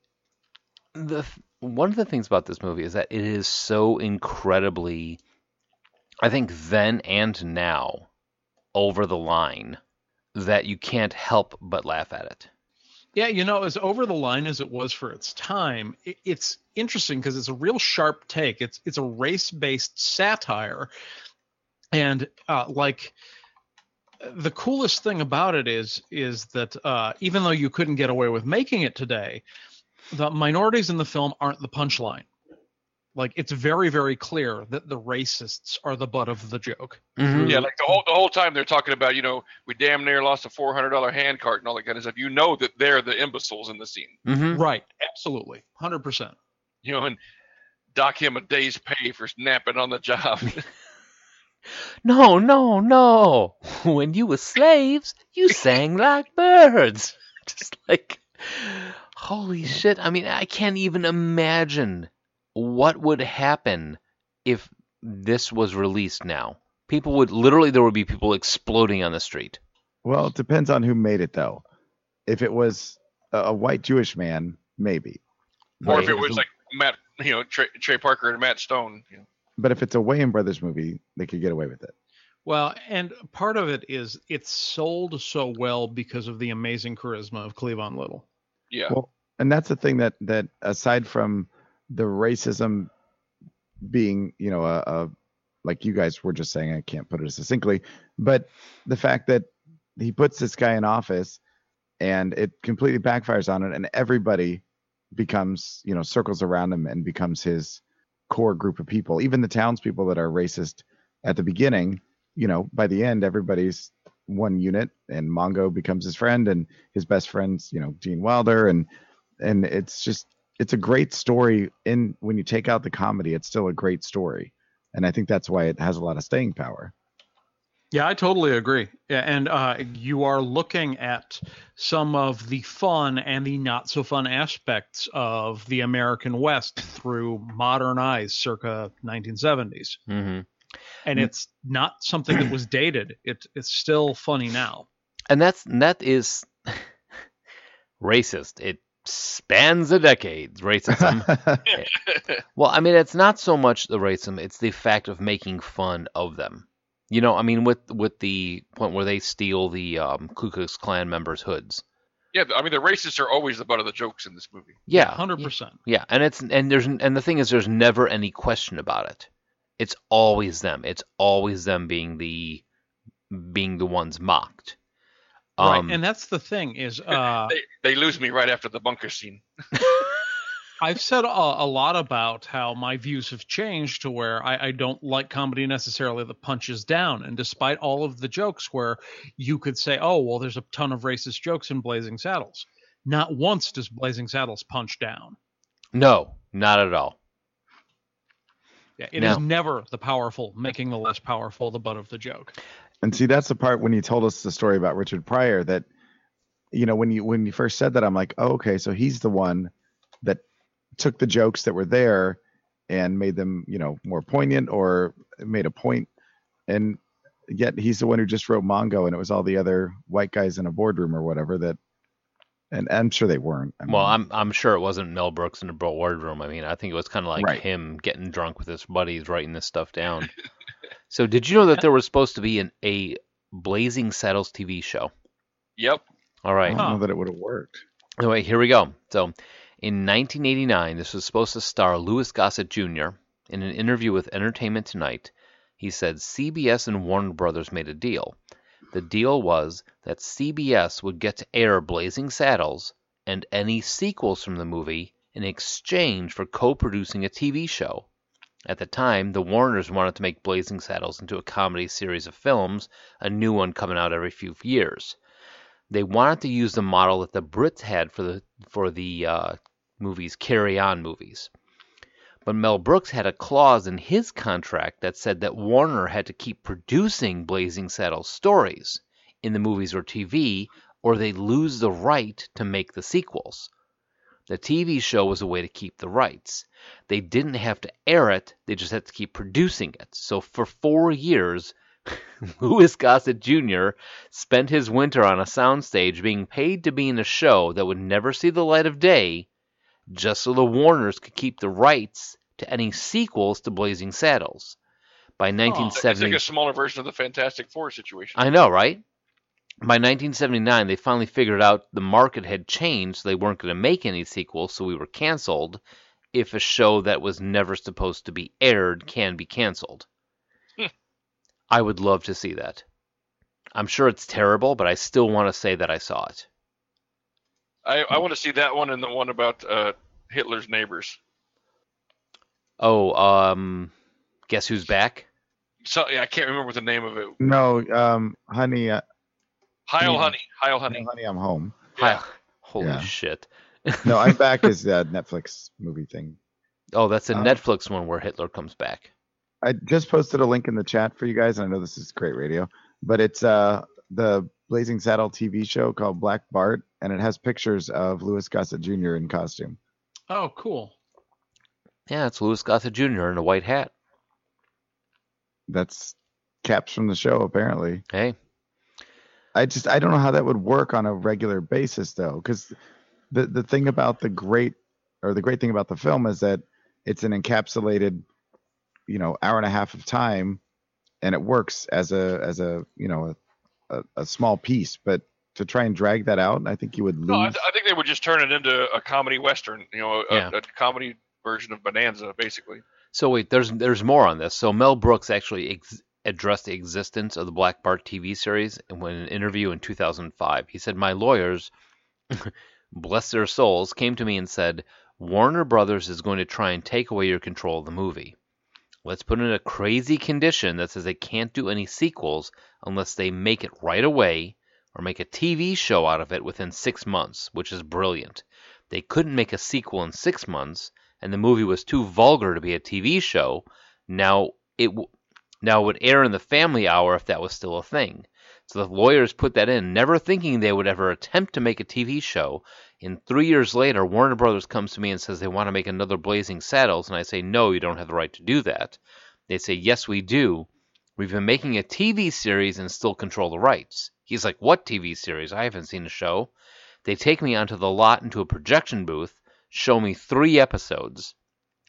Speaker 4: the th- one of the things about this movie is that it is so incredibly, I think then and now, over the line that you can't help but laugh at it.
Speaker 7: Yeah, you know, as over the line as it was for its time, it, it's interesting because it's a real sharp take. It's it's a race based satire, and uh, like the coolest thing about it is is that uh, even though you couldn't get away with making it today, the minorities in the film aren't the punchline. Like it's very very clear that the racists are the butt of the joke.
Speaker 5: Yeah, like the whole the whole time they're talking about, you know, we damn near lost a four hundred dollar hand cart and all that kind of stuff. You know that they're the imbeciles in the scene.
Speaker 4: Mm-hmm.
Speaker 7: Right, absolutely, hundred percent.
Speaker 5: You know, and dock him a day's pay for snapping on the job.
Speaker 4: No, no, no. When you were slaves, you sang like birds. Just like, holy shit. I mean, I can't even imagine what would happen if this was released now. People would literally, there would be people exploding on the street.
Speaker 6: Well, it depends on who made it, though. If it was a, a white Jewish man, maybe.
Speaker 5: Or if it was like Matt, you know, Trey, Trey Parker and Matt Stone. You know.
Speaker 6: But if it's a Wayans Brothers movie, they could get away with it.
Speaker 7: Well, and part of it is it's sold so well because of the amazing charisma of Cleavon Little.
Speaker 5: Yeah.
Speaker 6: Well, and that's the thing that that aside from the racism being, you know, a, a like you guys were just saying, I can't put it succinctly, but the fact that he puts this guy in office and it completely backfires on it, and everybody becomes, you know, circles around him and becomes his core group of people. Even the townspeople that are racist at the beginning, you know, by the end, everybody's one unit, and Mongo becomes his friend, and his best friends, you know, Gene Wilder, and and it's just it's a great story. In when you take out the comedy, it's still a great story, and I think that's why it has a lot of staying power.
Speaker 7: Yeah, I totally agree. Yeah, and uh, you are looking at some of the fun and the not so fun aspects of the American West through modern eyes, circa 1970s,
Speaker 4: Mm-hmm.
Speaker 7: and it's not something that was dated. It it's still funny now.
Speaker 4: and that's that is racist. It spans the decades. Racism. well, I mean, it's not so much the racism; it's the fact of making fun of them. You know, I mean, with with the point where they steal the um, Ku Klux Klan members' hoods.
Speaker 5: Yeah, I mean the racists are always the butt of the jokes in this movie.
Speaker 4: Yeah,
Speaker 7: Hundred percent.
Speaker 4: yeah, and it's and there's and the thing is there's never any question about it. It's always them. It's always them being the being the ones mocked.
Speaker 7: right, and that's the thing is uh,
Speaker 5: They, they lose me right after the bunker scene.
Speaker 7: I've said a, a lot about how my views have changed to where I, I don't like comedy necessarily that punches down. And despite all of the jokes where you could say, oh, well, there's a ton of racist jokes in Blazing Saddles, not once does Blazing Saddles punch down.
Speaker 4: no, not at all.
Speaker 7: Yeah, It is
Speaker 4: No.
Speaker 7: never the powerful making the less powerful the butt of the joke.
Speaker 6: And see, that's the part when you told us the story about Richard Pryor that, you know, when you when you first said that, I'm like, oh, okay, so he's the one that took the jokes that were there and made them, you know, more poignant or made a point. And yet he's the one who just wrote Mongo, and it was all the other white guys in a boardroom or whatever that. And I'm sure they weren't. I mean,
Speaker 4: Well, I'm I'm sure it wasn't Mel Brooks in the boardroom. I mean, I think it was kind of like
Speaker 6: Right.
Speaker 4: him getting drunk with his buddies, writing this stuff down. so, did you know that there was supposed to be an a Blazing Saddles TV show?
Speaker 5: Yep.
Speaker 4: All right.
Speaker 6: I don't know that it would have worked.
Speaker 4: Anyway, here we go. So, in 1989, this was supposed to star Louis Gossett Jr. In an interview with Entertainment Tonight, he said CBS and Warner Brothers made a deal. The deal was that CBS would get to air Blazing Saddles and any sequels from the movie in exchange for co producing a TV show. At the time, the Warners wanted to make Blazing Saddles into a comedy series of films, a new one coming out every few years they wanted to use the model that the Brits had for the for the uh, movies Carry On movies. But Mel Brooks had a clause in his contract that said that Warner had to keep producing Blazing Saddles stories in the movies or TV, or they lose the right to make the sequels. The TV show was a way to keep the rights. They didn't have to air it, they just had to keep producing it. So for four years, Louis Gossett Jr. spent his winter on a soundstage being paid to be in a show that would never see the light of day just so the Warners could keep the rights to any sequels to Blazing Saddles. By
Speaker 5: Oh, It's like
Speaker 4: 1970,
Speaker 5: a smaller version of the Fantastic Four situation.
Speaker 4: I know, right? By 1979, they finally figured out the market had changed, so they weren't going to make any sequels, so we were canceled. If a show that was never supposed to be aired can be canceled, I would love to see that. I'm sure it's terrible, but I still want to say that I saw it.
Speaker 5: I, I want to see that one and the one about uh, Hitler's neighbors.
Speaker 4: Oh, um, guess who's back?
Speaker 5: So yeah, I can't remember the name of it.
Speaker 6: No, um, honey, uh,
Speaker 5: Heil
Speaker 6: Yeah.
Speaker 5: Honey. Heil Honey.
Speaker 6: honey, I'm home.
Speaker 5: Yeah.
Speaker 4: Hi- Holy
Speaker 6: Yeah.
Speaker 4: shit!
Speaker 6: No, I'm back is that Netflix movie thing.
Speaker 4: Oh, that's a
Speaker 6: Um,
Speaker 4: Netflix one where Hitler comes back.
Speaker 6: I just posted a link in the chat for you guys. And I know this is great radio, but it's uh, the Blazing Saddle TV show called Black Bart, and it has pictures of Louis Gossett Jr. in costume.
Speaker 7: Oh, cool.
Speaker 4: Yeah, it's Louis Gossett Jr. in a white hat.
Speaker 6: That's caps from the show, apparently.
Speaker 4: Hey,
Speaker 6: I just I don't know how that would work on a regular basis though, because the the thing about the great or the great thing about the film is that it's an encapsulated, you know, hour and a half of time, and it works as a as a you know a a, a small piece. But to try and drag that out, I think you would lose.
Speaker 5: No, I,
Speaker 7: Mm-hmm.
Speaker 5: th- I think they would just turn it into a comedy western. You know, a,
Speaker 4: Yeah.
Speaker 5: a comedy version of Bonanza, basically.
Speaker 4: so wait, there's there's more on this. So Mel Brooks actually ex- addressed the existence of the Black Bart TV series in in an interview in 2005. He said, "My lawyers, bless their souls, came to me and said Warner Brothers is going to try and take away your control of the movie. Let's put in a crazy condition that says they can't do any sequels unless they make it right away." Or make a TV show out of it within six months, which is brilliant. They couldn't make a sequel in six months, and the movie was too vulgar to be a TV show. Now it w- now it would air in the family hour if that was still a thing. So the lawyers put that in, never thinking they would ever attempt to make a TV show. And three years later, Warner Brothers comes to me and says they want to make another Blazing Saddles, and I say no, you don't have the right to do that. They say yes, we do. We've been making a TV series and still control the rights. He's like, what TV series? I haven't seen a show. They take me onto the lot into a projection booth, show me three episodes.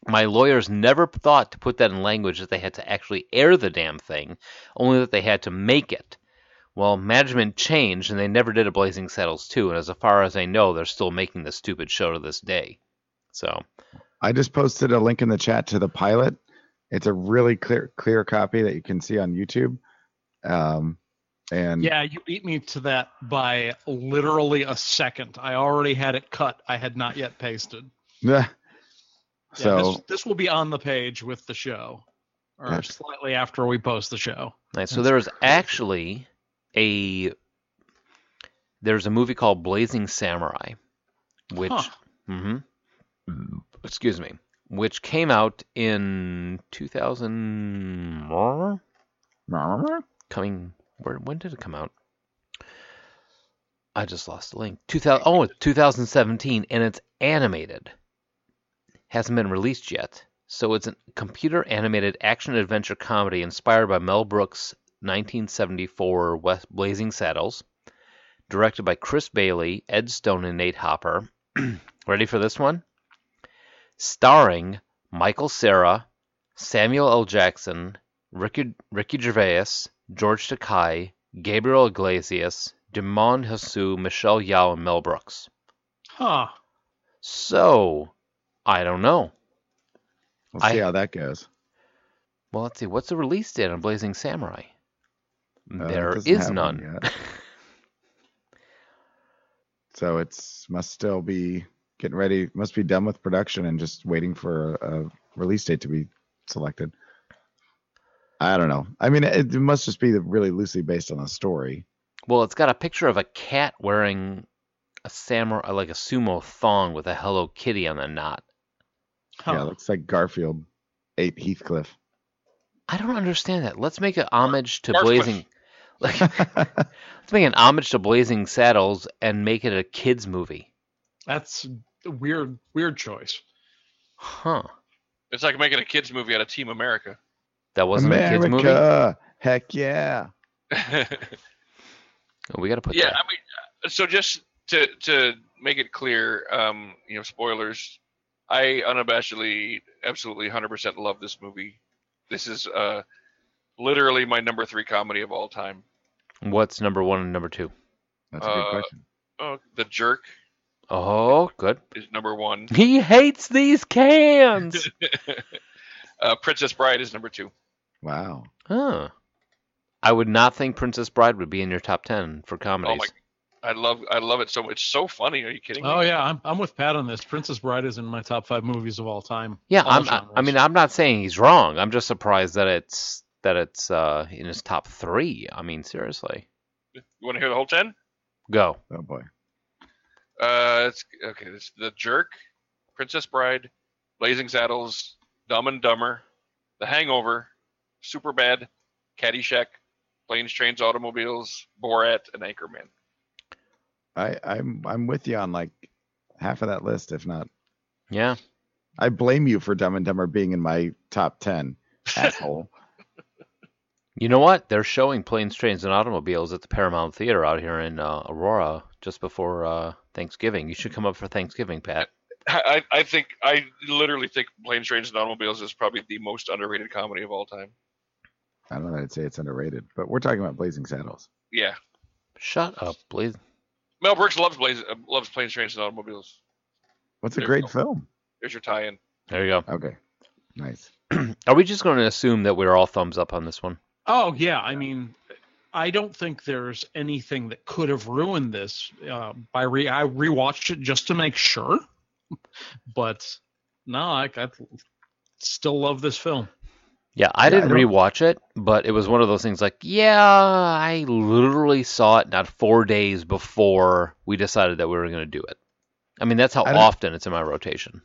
Speaker 4: My lawyers never thought to put that in language that they had to actually air the damn thing, only that they had to make it. Well, management changed and they never did a Blazing Saddles 2, and as far as I know, they're still making this stupid show to this day. So,
Speaker 6: I just posted a link in the chat to the pilot. It's a really clear clear copy that you can see on YouTube. Um, and
Speaker 7: Yeah, you beat me to that by literally a second. I already had it cut. I had not yet pasted.
Speaker 6: yeah.
Speaker 7: Yeah,
Speaker 6: So
Speaker 7: this, this will be on the page with the show, or
Speaker 6: Yeah.
Speaker 7: slightly after we post the show.
Speaker 4: Nice. So
Speaker 7: That's
Speaker 4: there was
Speaker 7: crazy.
Speaker 4: actually a there's a movie called Blazing Samurai, which
Speaker 7: Huh.
Speaker 4: hmm excuse me, which came out in 2000 coming where when did it come out? I just lost the link. 2000 oh, it's 2017 and it's animated. Hasn't been released yet. So it's a computer animated action adventure comedy inspired by Mel Brooks' 1974 West Blazing Saddles, directed by Chris Bailey, Ed Stone and Nate Hopper. Ready for this one? Starring Michael Cera, Samuel L. Jackson, Ricky, Ricky Gervais, George Takai, Gabriel Iglesias, Damon Hasu, Michelle Yao, and Mel Brooks.
Speaker 7: Huh.
Speaker 4: So, I don't know.
Speaker 6: we'll see
Speaker 4: I-
Speaker 6: how that goes.
Speaker 4: Well, let's see. What's the release date on Blazing Samurai?
Speaker 6: Uh, it
Speaker 4: there
Speaker 6: doesn't
Speaker 4: is
Speaker 6: have one
Speaker 4: none.
Speaker 6: yet. so it's must still be getting ready. Must be done with production and just waiting for a, a release date to be selected. I don't know. I mean, it, it must just be really loosely based on the story.
Speaker 4: Well, it's got a picture of a cat wearing a samurai, like a sumo thong with a Hello Kitty on the knot.
Speaker 7: Huh.
Speaker 6: Yeah, it looks like Garfield ate Heathcliff.
Speaker 4: I don't understand that. Let's make a homage to
Speaker 5: Garfield.
Speaker 4: Blazing. Like, let's make an homage to Blazing Saddles and make it a kids movie.
Speaker 7: That's a weird, weird choice.
Speaker 4: Huh.
Speaker 5: It's like making a kids movie out of Team America.
Speaker 4: That wasn't
Speaker 6: America,
Speaker 4: a kids movie. Oh,
Speaker 6: heck yeah!
Speaker 5: yeah,
Speaker 4: we got to put
Speaker 5: I mean, uh, so just to to make it clear, um, you know, spoilers. I unabashedly, absolutely, hundred percent love this movie. This is uh, literally my number three comedy of all time.
Speaker 4: that. What's number one and number two?
Speaker 6: That's a good
Speaker 5: Uh,
Speaker 6: question.
Speaker 5: Oh, The Jerk
Speaker 4: Oh, good.
Speaker 5: is number one.
Speaker 4: He hates these cans.
Speaker 5: Uh, Princess Bride is number two.
Speaker 6: Wow.
Speaker 4: huh. I would not think Princess Bride would be in your top ten for comedies.
Speaker 5: Oh I love, I love it so much. It's so funny. Are you kidding me?
Speaker 7: Oh yeah, I'm, I'm with Pat on this. Princess Bride is in my top five movies of all time.
Speaker 4: yeah,
Speaker 7: All
Speaker 4: I'm, I, I
Speaker 7: genres.
Speaker 4: mean, I'm not saying he's wrong. I'm just surprised that it's that it's uh, in his top three. I mean, seriously.
Speaker 5: You want to hear the whole ten?
Speaker 4: Go.
Speaker 6: Oh boy.
Speaker 5: Uh, it's okay. It's the Jerk, Princess Bride, Blazing Saddles, Dumb and Dumber, The Hangover, Superbad, Caddyshack, Planes, Trains, Automobiles, Borat, and Anchorman.
Speaker 6: I, I'm I'm with you on like half of that list, if not.
Speaker 4: Yeah.
Speaker 6: I blame you for Dumb and Dumber being in my top ten, asshole.
Speaker 4: You know what? They're showing planes, trains, and automobiles at the Paramount Theater out here in uh, Aurora just before uh, Thanksgiving. You should come up for Thanksgiving, Pat.
Speaker 5: I, I think I literally think Planes, Trains, and Automobiles is probably the most underrated comedy of all time.
Speaker 6: I don't know that I'd say it's underrated, but we're talking about Blazing Saddles.
Speaker 5: Yeah,
Speaker 4: Shut up, please.
Speaker 5: Mel Brooks loves Blaze, uh, loves Planes, Trains, and Automobiles.
Speaker 6: What's a
Speaker 5: There
Speaker 6: great
Speaker 5: you go.
Speaker 6: film?
Speaker 5: There's your tie-in.
Speaker 4: There you
Speaker 6: Okay, nice.
Speaker 4: go. Are we just going to assume that we're all thumbs up on this one?
Speaker 7: Oh yeah, I mean, I don't think there's anything that could have ruined this. Uh, by re, I rewatched it just to make sure, but no, I, I still love this film.
Speaker 4: Yeah, I
Speaker 6: Yeah, I
Speaker 4: didn't
Speaker 6: don't-
Speaker 4: rewatch it, but it was one of those things like, yeah, I literally saw it not four days before we decided that we were going to do it. I mean, that's how
Speaker 6: I don't-
Speaker 4: often it's in my rotation.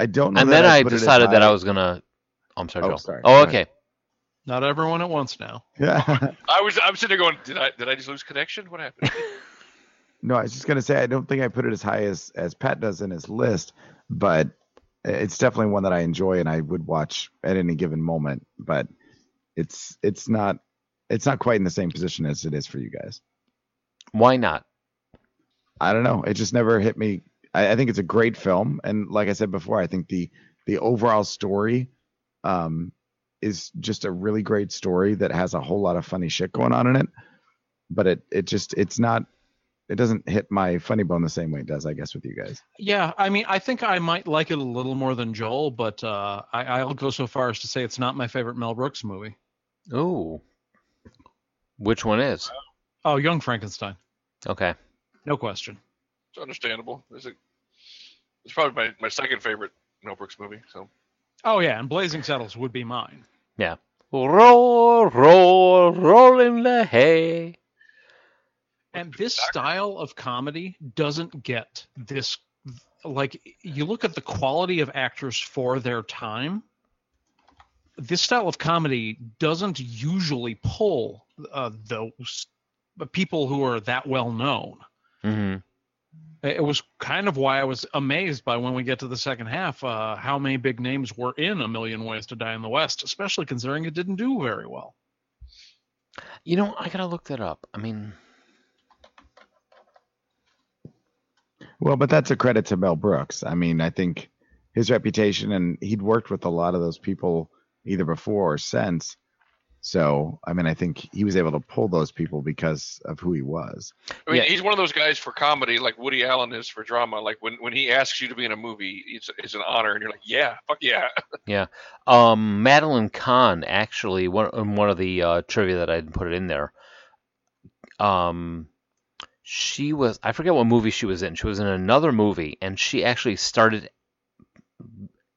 Speaker 6: I don't know.
Speaker 4: And
Speaker 6: that
Speaker 4: then
Speaker 6: I'd
Speaker 4: I
Speaker 6: put it as
Speaker 4: decided that
Speaker 6: high.
Speaker 4: I was going to. I'm sorry,
Speaker 6: Oh,
Speaker 4: Joel.
Speaker 6: sorry.
Speaker 4: Oh,
Speaker 6: Go
Speaker 4: okay.
Speaker 6: ahead.
Speaker 7: Not everyone at once now.
Speaker 6: Yeah.
Speaker 5: I was I'm sitting there going, did I did I just lose connection? What happened?
Speaker 6: No, I was just gonna say I don't think I put it as high as as Pat does in his list, but it's definitely one that I enjoy and I would watch at any given moment. But it's it's not it's not quite in the same position as it is for you guys.
Speaker 4: Why not?
Speaker 6: I don't know. It just never hit me. I, I think it's a great film, and like I said before, I think the the overall story um, is just a really great story that has a whole lot of funny shit going on in it. But it it just it's not it doesn't hit my funny bone the same way it does, I guess, with you guys.
Speaker 7: Yeah, I mean, I think I might like it a little more than Joel, but uh, I, I'll go so far as to say it's not my favorite Mel Brooks movie.
Speaker 4: Ooh. Which one is?
Speaker 7: Oh, Young Frankenstein,
Speaker 4: Okay.
Speaker 7: no question.
Speaker 5: it's understandable. It's, a, it's probably my, my second favorite Mel Brooks movie. So
Speaker 7: Oh yeah, and Blazing Saddles would be mine.
Speaker 4: Yeah. Roll, roll, roll in the hay.
Speaker 7: and this style of comedy doesn't get this like you look at the quality of actors for their time this style of comedy doesn't usually pull uh, those the people who are that well known
Speaker 4: hmm
Speaker 7: it it was kind of why i was amazed by when we get to the second half uh, how many big names were in a million ways to die in the west especially considering it didn't do very well
Speaker 4: You know, I gotta look that up. I mean,
Speaker 6: Well, but that's a credit to Mel Brooks. I mean, I think his reputation and he'd worked with a lot of those people either before or since. So, I mean, I think he was able to pull those people because of who he was.
Speaker 5: I mean,
Speaker 4: Yeah.
Speaker 5: he's one of those guys for comedy, like Woody Allen is for drama. Like when, when he asks you to be in a movie, it's it's an honor, and you're like, yeah, fuck yeah.
Speaker 4: um, Madeline Kahn actually one in one of the uh, trivia that I didn't put it in there. Um, she was I forget what movie she was in. She was in another movie, and she actually started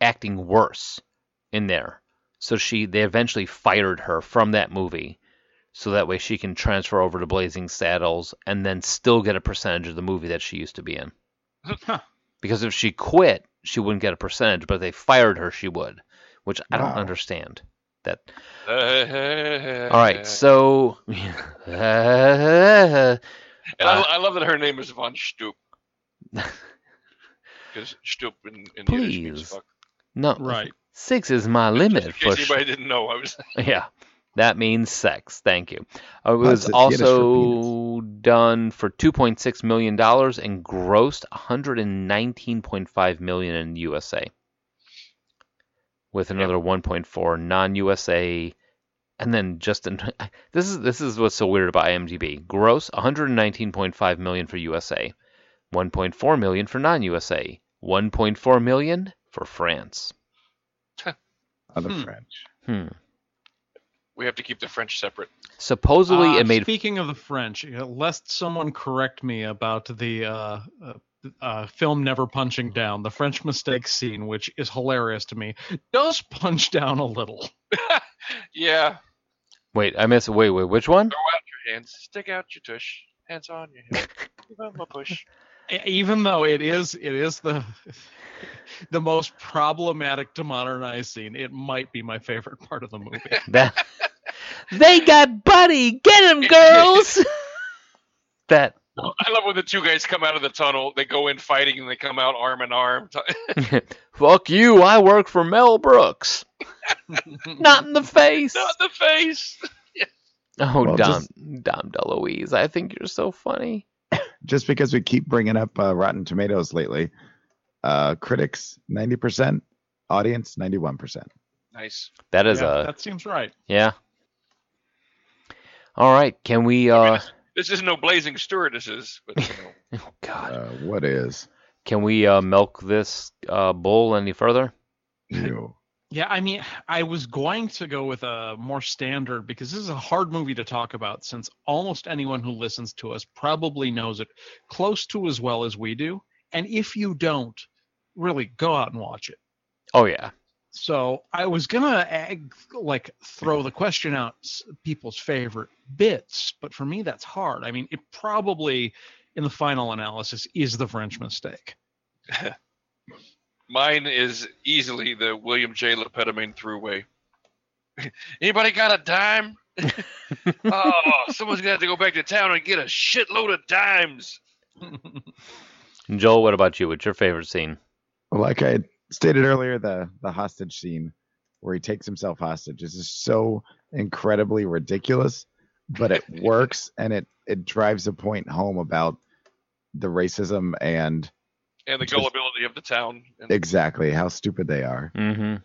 Speaker 4: acting worse in there. So she they eventually fired her from that movie, so that way she can transfer over to Blazing Saddles and then still get a percentage of the movie that she used to be in. Because if she quit, she wouldn't get a percentage, but if they fired her, she would, which I don't
Speaker 6: Wow.
Speaker 4: understand. That all right, so
Speaker 5: And I, I love that her name is Von Stoop. Because Stoop in, in Yiddish means
Speaker 4: Please.
Speaker 5: fuck.
Speaker 4: no
Speaker 7: right
Speaker 4: six is my limit
Speaker 5: In
Speaker 4: for
Speaker 5: case
Speaker 4: sh-
Speaker 5: anybody didn't know, I was
Speaker 4: yeah. That means sex. Thank you. Uh, It was
Speaker 6: That's it, Yiddish for
Speaker 4: also done for 2.6 million dollars and grossed 119.5 million in USA, with another 1.4 non-USA, and then just in, this is this is what's so weird about IMDb. Gross 119.5 million for USA, 1.4 million for non-USA, 1.4 million for France.
Speaker 6: Other
Speaker 7: Hmm.
Speaker 6: French.
Speaker 4: Hmm.
Speaker 5: we have to keep the French separate.
Speaker 4: Supposedly,
Speaker 7: Uh,
Speaker 4: it made
Speaker 7: Speaking of the French, uh, lest someone correct me about the uh, uh, uh, film "Never Punching Down," the French mistake scene, which is hilarious to me, does punch down a little.
Speaker 5: Yeah.
Speaker 4: Wait, I missed. Wait, wait, which one?
Speaker 5: Throw out your hands, stick out your tush, hands on your hips, give 'em a push.
Speaker 7: e- even though it is it is the the most problematic to modernize scene, it might be my favorite part of the movie.
Speaker 4: That they got Buddy. Get him, girls. that
Speaker 5: I love when the two guys come out of the tunnel. They go in fighting and they come out arm in arm.
Speaker 4: fuck you. I work for Mel Brooks. Not in the face.
Speaker 5: Not the face.
Speaker 4: Oh,
Speaker 6: Well,
Speaker 4: Dom Dom DeLuise. I think you're so funny.
Speaker 6: Just because we keep bringing up uh, Rotten Tomatoes lately, uh, critics 90%, audience 91%.
Speaker 5: Nice.
Speaker 4: That is
Speaker 7: Yeah,
Speaker 4: a
Speaker 7: that seems right.
Speaker 4: yeah. All right. Can we? uh
Speaker 5: This is no blazing stewardesses, but you know,
Speaker 4: oh, God.
Speaker 6: Uh, what is
Speaker 4: Can we uh, milk this uh, bull any further?
Speaker 6: new?
Speaker 7: Yeah, I mean, I was going to go with a more standard because this is a hard movie to talk about since almost anyone who listens to us probably knows it close to as well as we do. And if you don't, really go out and watch it.
Speaker 4: Oh yeah.
Speaker 7: So I was gonna ag- like throw the question out s- people's favorite bits, but for me that's hard. I mean, it probably in the final analysis is the French mistake.
Speaker 5: mine is easily the William J. Lepetamine throughway. Anybody got a dime? oh, someone's gonna have to go back to town and get a shitload of dimes.
Speaker 4: Joel, what about you? What's your favorite scene?
Speaker 6: Well, like I stated earlier, the the hostage scene where he takes himself hostage is just so incredibly ridiculous, but it works and it it drives a point home about the racism and
Speaker 5: And the
Speaker 6: Just-
Speaker 5: gullibility of the town. And
Speaker 6: exactly how stupid they are.
Speaker 4: Mm-hmm.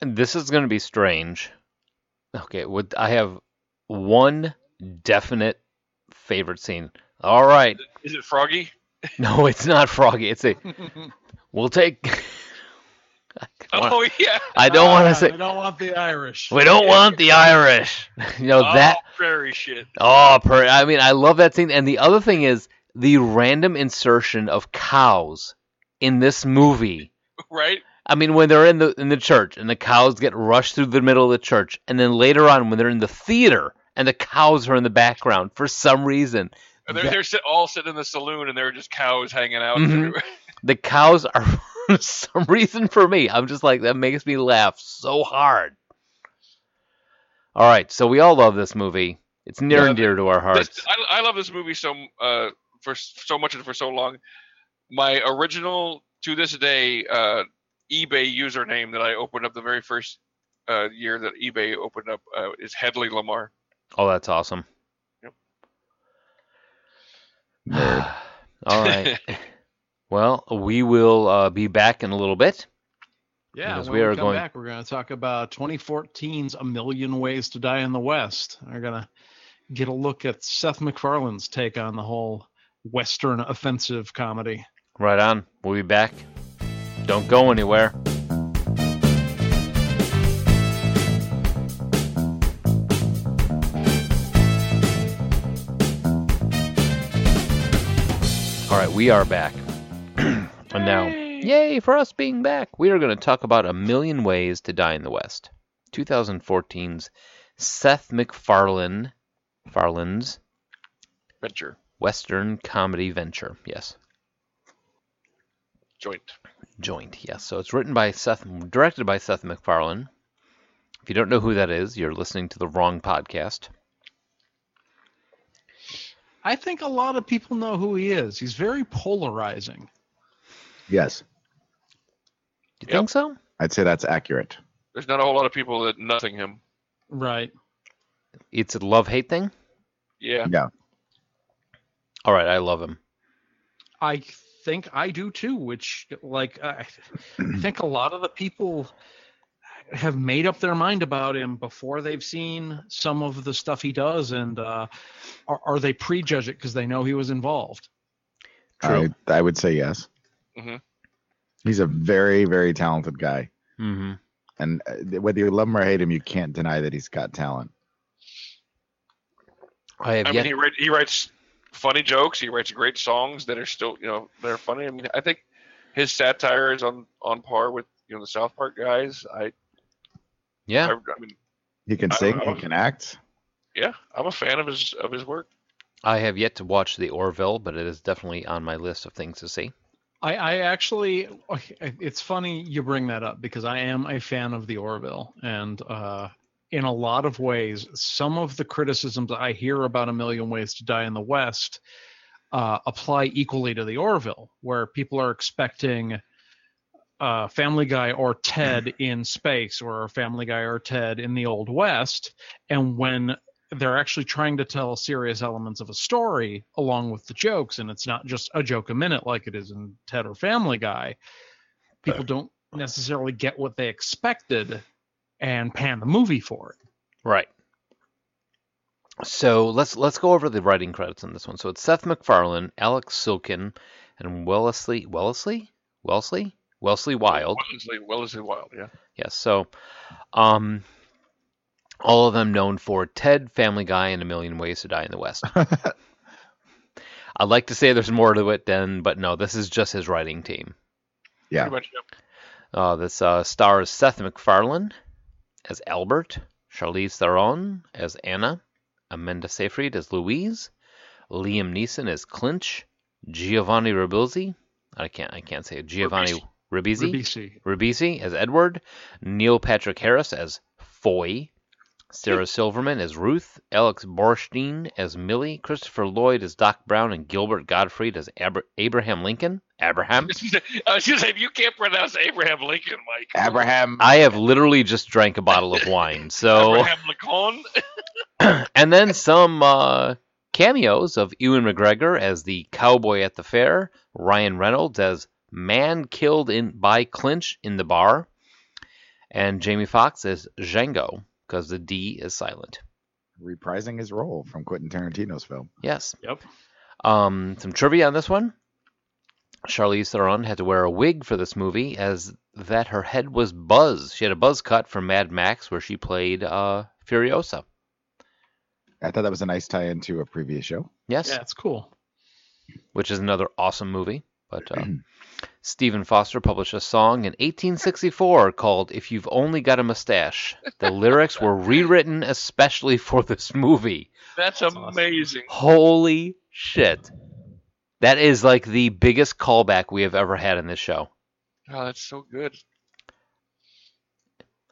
Speaker 4: This is going to be strange. Okay, what I have one definite favorite scene. All right.
Speaker 5: is it Froggy?
Speaker 4: No, it's not Froggy. It's a. We'll take. I wanna-
Speaker 5: Oh yeah.
Speaker 4: I don't want
Speaker 7: Ah,
Speaker 4: to say.
Speaker 7: I don't want the Irish.
Speaker 4: We don't want the Irish. You know
Speaker 5: Oh,
Speaker 4: that.
Speaker 5: prairie shit.
Speaker 4: Oh, per- I mean, I love that scene. And the other thing is the random insertion of cows in this movie.
Speaker 5: Right?
Speaker 4: I mean, when they're in the in the church and the cows get rushed through the middle of the church, and then later on when they're in the theater and the cows are in the background for some reason,
Speaker 5: And they're,
Speaker 4: That-
Speaker 5: they're sit, all sitting in the saloon and there are just cows hanging out.
Speaker 4: Mhm.
Speaker 5: everywhere.
Speaker 4: the cows are for some reason for me. I'm just like that makes me laugh so hard. All right, so we all love this movie. It's near
Speaker 5: Yeah,
Speaker 4: and dear to our hearts.
Speaker 5: This- I, I love this movie so uh, for s- so much and for so long. My original to this day uh, eBay username that I opened up the very first uh, year that eBay opened up uh, is Headley Lamar.
Speaker 4: Oh, that's awesome.
Speaker 5: Yep.
Speaker 4: Nerd. All right. well, we will uh, be back in a little bit.
Speaker 7: Yeah,
Speaker 4: Because
Speaker 7: when
Speaker 4: we
Speaker 7: we
Speaker 4: are
Speaker 7: come
Speaker 4: going-
Speaker 7: back, we're going to talk about 2014's A Million Ways to Die in the West. We're going to get a look at Seth MacFarlane's take on the whole Western offensive comedy.
Speaker 4: Right on. We'll be back. Don't go anywhere. All right, we are back. and now, yay for us being back. We are going to talk about A Million Ways to Die in the West. 2014's Seth MacFarlane, Farland's
Speaker 5: Venture
Speaker 4: Western comedy venture. Yes.
Speaker 5: joint.
Speaker 4: Joint, yes. So it's written by Seth, directed by Seth MacFarlane. If you don't know who that is, you're listening to the wrong podcast.
Speaker 7: I think a lot of people know who he is. He's very polarizing.
Speaker 6: Yes,
Speaker 4: You
Speaker 5: Yep.
Speaker 4: think so?
Speaker 6: I'd say that's accurate.
Speaker 5: There's not a whole lot of people that nothing him.
Speaker 7: Right.
Speaker 4: It's a love hate thing.
Speaker 5: Yeah.
Speaker 6: Yeah,
Speaker 4: All right, I love him.
Speaker 7: I think I do too, which, like, I think a lot of the people have made up their mind about him before they've seen some of the stuff he does, and uh, are, are they prejudge it because they know he was involved?
Speaker 6: I,
Speaker 4: True.
Speaker 6: I would say yes.
Speaker 5: Mhm.
Speaker 6: He's a very very talented guy,
Speaker 4: hmm
Speaker 6: and uh, whether you love him or hate him, you can't deny that he's got talent.
Speaker 4: I have
Speaker 5: I mean,
Speaker 4: yet.
Speaker 5: he, write, he writes funny jokes. He writes great songs that are still, you know, they're funny. I mean, I think his satire is on on par with you know the South Park guys. I, I,
Speaker 4: yeah,
Speaker 5: I mean,
Speaker 6: He can
Speaker 5: I-
Speaker 6: sing,
Speaker 5: I
Speaker 6: he
Speaker 5: was-
Speaker 6: can act.
Speaker 5: yeah, I'm a fan of his of his work.
Speaker 4: I have yet to watch The Orville, but it is definitely on my list of things to see.
Speaker 7: I, I actually, it's funny you bring that up because I am a fan of the Orville, and uh, in a lot of ways, some of the criticisms I hear about A Million Ways to Die in the West uh, apply equally to the Orville, where people are expecting uh, Family Guy or Ted in space, or Family Guy or Ted in the Old West, and when they're actually trying to tell serious elements of a story along with the jokes, and it's not just a joke a minute like it is in Ted or Family Guy. People don't necessarily get what they expected and pan the movie for it.
Speaker 4: Right. So let's let's go over the writing credits on this one. So it's Seth MacFarlane, Alex Silkin, and Wellesley Wellesley Wellesley Wellesley Wild.
Speaker 5: Wellesley, Wellesley Wild, yeah.
Speaker 4: Yes. So, um, all of them known for Ted, Family Guy, and A Million Ways to Die in the West. I'd like to say there's more to it than, but no, this is just his writing team.
Speaker 6: Yeah.
Speaker 5: Pretty much, yeah.
Speaker 4: Uh, this uh, stars Seth MacFarlane as Albert, Charlize Theron as Anna, Amanda Seyfried as Louise, Liam Neeson as Clinch, Giovanni Ribisi. I can't I can't say it. Giovanni Ribisi.
Speaker 7: BBC.
Speaker 4: Ribisi as Edward, Neil Patrick Harris as Foy, Sarah Silverman as Ruth, Alex Borstein as Millie, Christopher Lloyd as Doc Brown, and Gilbert Gottfried as Abra- Abraham Lincoln. Abraham.
Speaker 5: I was gonna say if you can't pronounce Abraham Lincoln, Mike.
Speaker 6: Abraham.
Speaker 4: I have literally just drank a bottle of wine. So,
Speaker 5: Abraham Lincoln.
Speaker 4: and then some uh, cameos of Ewan McGregor as the cowboy at the fair, Ryan Reynolds as man killed in by Clinch in the bar, and Jamie Foxx as Django because the D is silent.
Speaker 6: reprising his role from Quentin Tarantino's film.
Speaker 4: Yes.
Speaker 7: Yep.
Speaker 4: Um, some trivia on this one. Charlize Theron had to wear a wig for this movie, as that her head was buzz. She had a buzz cut from Mad Max, where she played uh, Furiosa.
Speaker 6: I thought that was a nice tie into a previous show.
Speaker 4: Yes,
Speaker 7: Yeah, it's cool.
Speaker 4: which is another awesome movie. But uh, Stephen Foster published a song in 1864 called "If You've Only Got a Mustache." The lyrics were rewritten especially for this movie.
Speaker 5: That's, amazing.
Speaker 4: Holy shit! That is like the biggest callback we have ever had in this show.
Speaker 5: Oh, that's so good.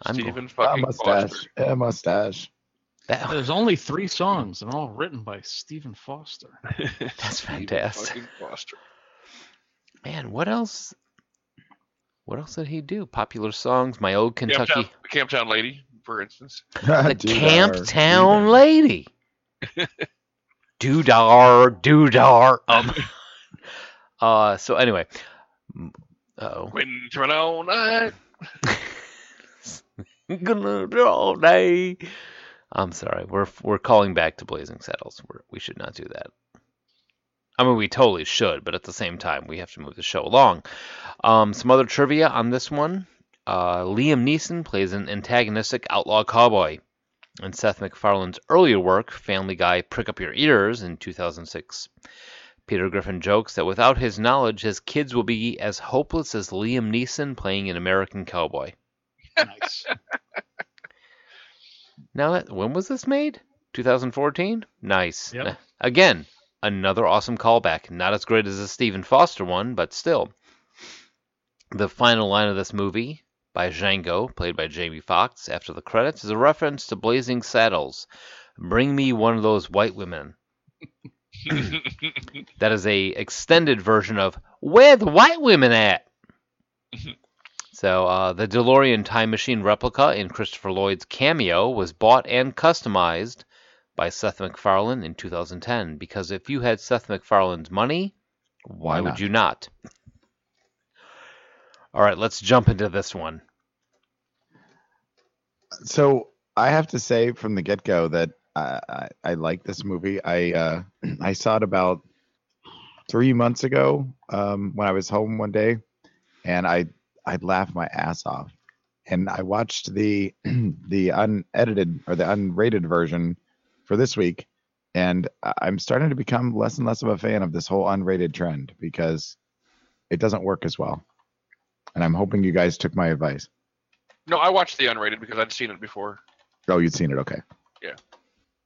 Speaker 4: I'm
Speaker 5: Stephen
Speaker 6: A
Speaker 5: fucking
Speaker 6: mustache.
Speaker 5: Foster.
Speaker 6: A mustache.
Speaker 4: That,
Speaker 7: There's only three songs and all written by Stephen Foster.
Speaker 4: that's
Speaker 5: Stephen
Speaker 4: fantastic.
Speaker 5: fucking Foster.
Speaker 4: Man, what else? What else did he do? Popular songs, my old
Speaker 5: Camptown,
Speaker 4: Kentucky,
Speaker 5: the Camptown Lady, for instance.
Speaker 4: the
Speaker 6: Dude,
Speaker 4: Camp
Speaker 6: our-
Speaker 4: Town Lady, doodar, doodar. Um, uh, so anyway, oh,
Speaker 5: Winter and all night.
Speaker 4: gonna do all day. I'm sorry, we're we're calling back to Blazing Saddles. We're, we should not do that. I mean, we totally should, but at the same time, we have to move the show along. Um, some other trivia on this one: uh, Liam Neeson plays an antagonistic outlaw cowboy. In Seth MacFarlane's earlier work, Family Guy: Prick Up Your Ears, in 2006, Peter Griffin jokes that without his knowledge, his kids will be as hopeless as Liam Neeson playing an American cowboy.
Speaker 7: Nice.
Speaker 4: Now, that, when was this made? 2014? Nice.
Speaker 7: Yep.
Speaker 4: Nah, Again, another awesome callback. Not as great as the Stephen Foster one, but still. The final line of this movie by Django, played by Jamie Foxx, after the credits, is a reference to Blazing Saddles. Bring me one of those white women. that is a extended version of Where the White Women At? So uh, the DeLorean time machine replica in Christopher Lloyd's cameo was bought and customized by Seth MacFarlane in 2010 because if you had Seth MacFarlane's money, why,
Speaker 6: Why
Speaker 4: would
Speaker 6: not?
Speaker 4: you not? All right, let's jump into this one.
Speaker 6: So I have to say from the get go that I, I, I like this movie. I uh, I saw it about three months ago um, when I was home one day, and I I laughed my ass off. And I watched the the unedited or the unrated version for this week, and I- I'm starting to become less and less of a fan of this whole unrated trend because it doesn't work as well. And I'm hoping you guys took my advice.
Speaker 5: No, I watched the unrated because I'd seen it before.
Speaker 6: Oh, you'd seen it, okay?
Speaker 5: Yeah.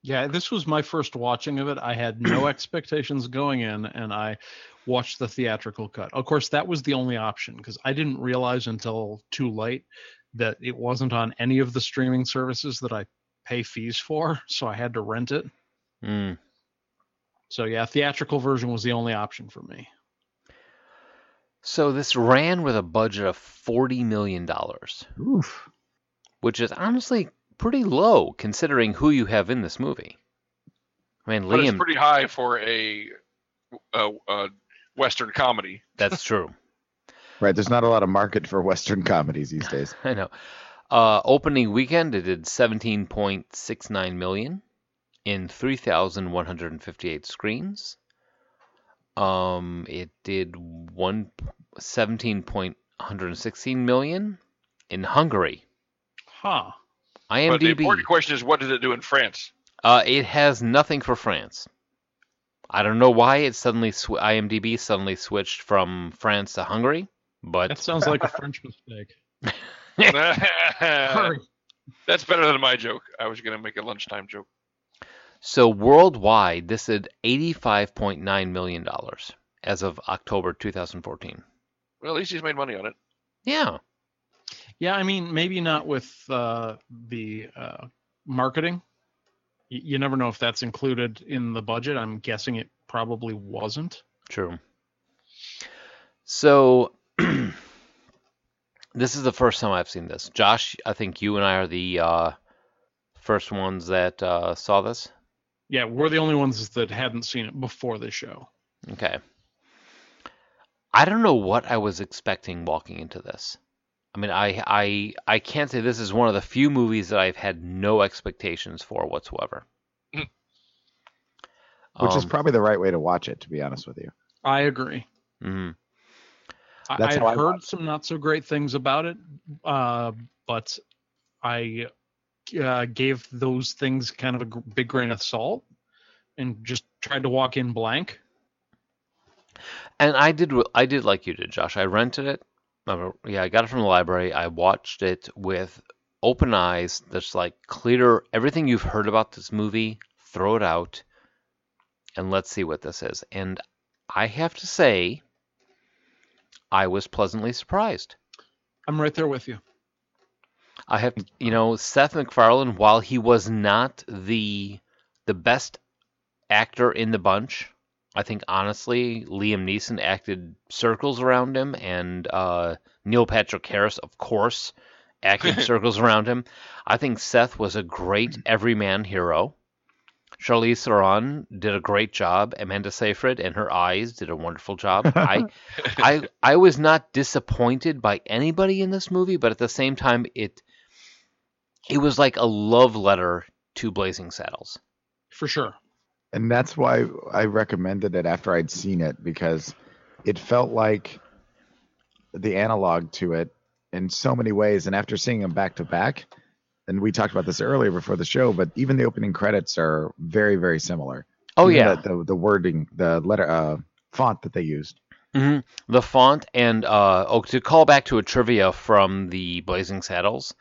Speaker 7: Yeah, this was my first watching of it. I had no expectations going in, and I watched the theatrical cut. Of course, that was the only option because I didn't realize until too late that it wasn't on any of the streaming services that I pay fees for, so I had to rent it.
Speaker 4: Mm.
Speaker 7: So yeah, theatrical version was the only option for me.
Speaker 4: So this ran with a budget of forty million dollars,
Speaker 6: Oof.
Speaker 4: which is honestly pretty low considering who you have in this movie. I mean,
Speaker 5: But
Speaker 4: Liam.
Speaker 5: it's pretty high for a, a, a Western comedy.
Speaker 4: that's true.
Speaker 6: Right. There's not a lot of market for Western comedies these days.
Speaker 4: I know. Uh, opening weekend, it did 17.69 million in 3,158 screens. Um, it did one 17.116 million in Hungary.
Speaker 7: Huh.
Speaker 5: But the
Speaker 4: IMDb.
Speaker 5: important question is, what did it do in France?
Speaker 4: Uh, it has nothing for France. I don't know why it suddenly sw- IMDb suddenly switched from France to Hungary,
Speaker 7: That
Speaker 4: but
Speaker 7: sounds like a French mistake.
Speaker 5: That's
Speaker 7: Hurry.
Speaker 5: better than my joke. I was going to make a lunchtime joke.
Speaker 4: So worldwide, this did $85.9 million as of October 2014.
Speaker 5: Well, at least he's made money on it.
Speaker 4: Yeah.
Speaker 7: Yeah, I mean, maybe not with uh, the uh, marketing. Y- you never know if that's included in the budget. I'm guessing it probably wasn't.
Speaker 4: True. So this is the first time I've seen this. Josh, I think you and I are the uh, first ones that uh, saw this.
Speaker 7: Yeah, we're the only ones that hadn't seen it before the show.
Speaker 4: Okay. I don't know what I was expecting walking into this. I mean, I I I can't say this is one of the few movies that I've had no expectations for whatsoever.
Speaker 6: Which is
Speaker 4: Um,
Speaker 6: probably the right way to watch it, to be honest with you.
Speaker 7: I agree.
Speaker 4: mhm.
Speaker 7: I,
Speaker 6: That's
Speaker 7: I had
Speaker 6: how I
Speaker 7: heard
Speaker 6: watched
Speaker 7: some not so great things about it, uh, but I uh, gave those things kind of a gr- big grain of salt and just tried to walk in blank.
Speaker 4: And I did w- I did like you did, Josh. I rented it. Uh, Yeah, I got it from the library. I watched it with open eyes. That's like clear everything you've heard about this movie. Throw it out, and let's see what this is. And I have to say, I was pleasantly surprised.
Speaker 7: I'm right there with you.
Speaker 4: I have, you know, Seth MacFarlane. While he was not the the best actor in the bunch, I think honestly, Liam Neeson acted circles around him, and uh, Neil Patrick Harris, of course, acted circles around him. I think Seth was a great everyman hero. Charlize Theron did a great job. Amanda Seyfried and her eyes did a wonderful job. I, I, I was not disappointed by anybody in this movie, but at the same time, it, it was like a love letter to Blazing Saddles.
Speaker 7: For sure.
Speaker 6: and that's why I recommended it after I'd seen it because it felt like the analog to it in so many ways. And after seeing them back to back, and we talked about this earlier before the show, but even the opening credits are very, very similar.
Speaker 4: Oh
Speaker 6: Even
Speaker 4: yeah,
Speaker 6: the, the the wording, the letter uh, font that they used.
Speaker 4: hmm The font and uh, oh, to call back to a trivia from the Blazing Saddles,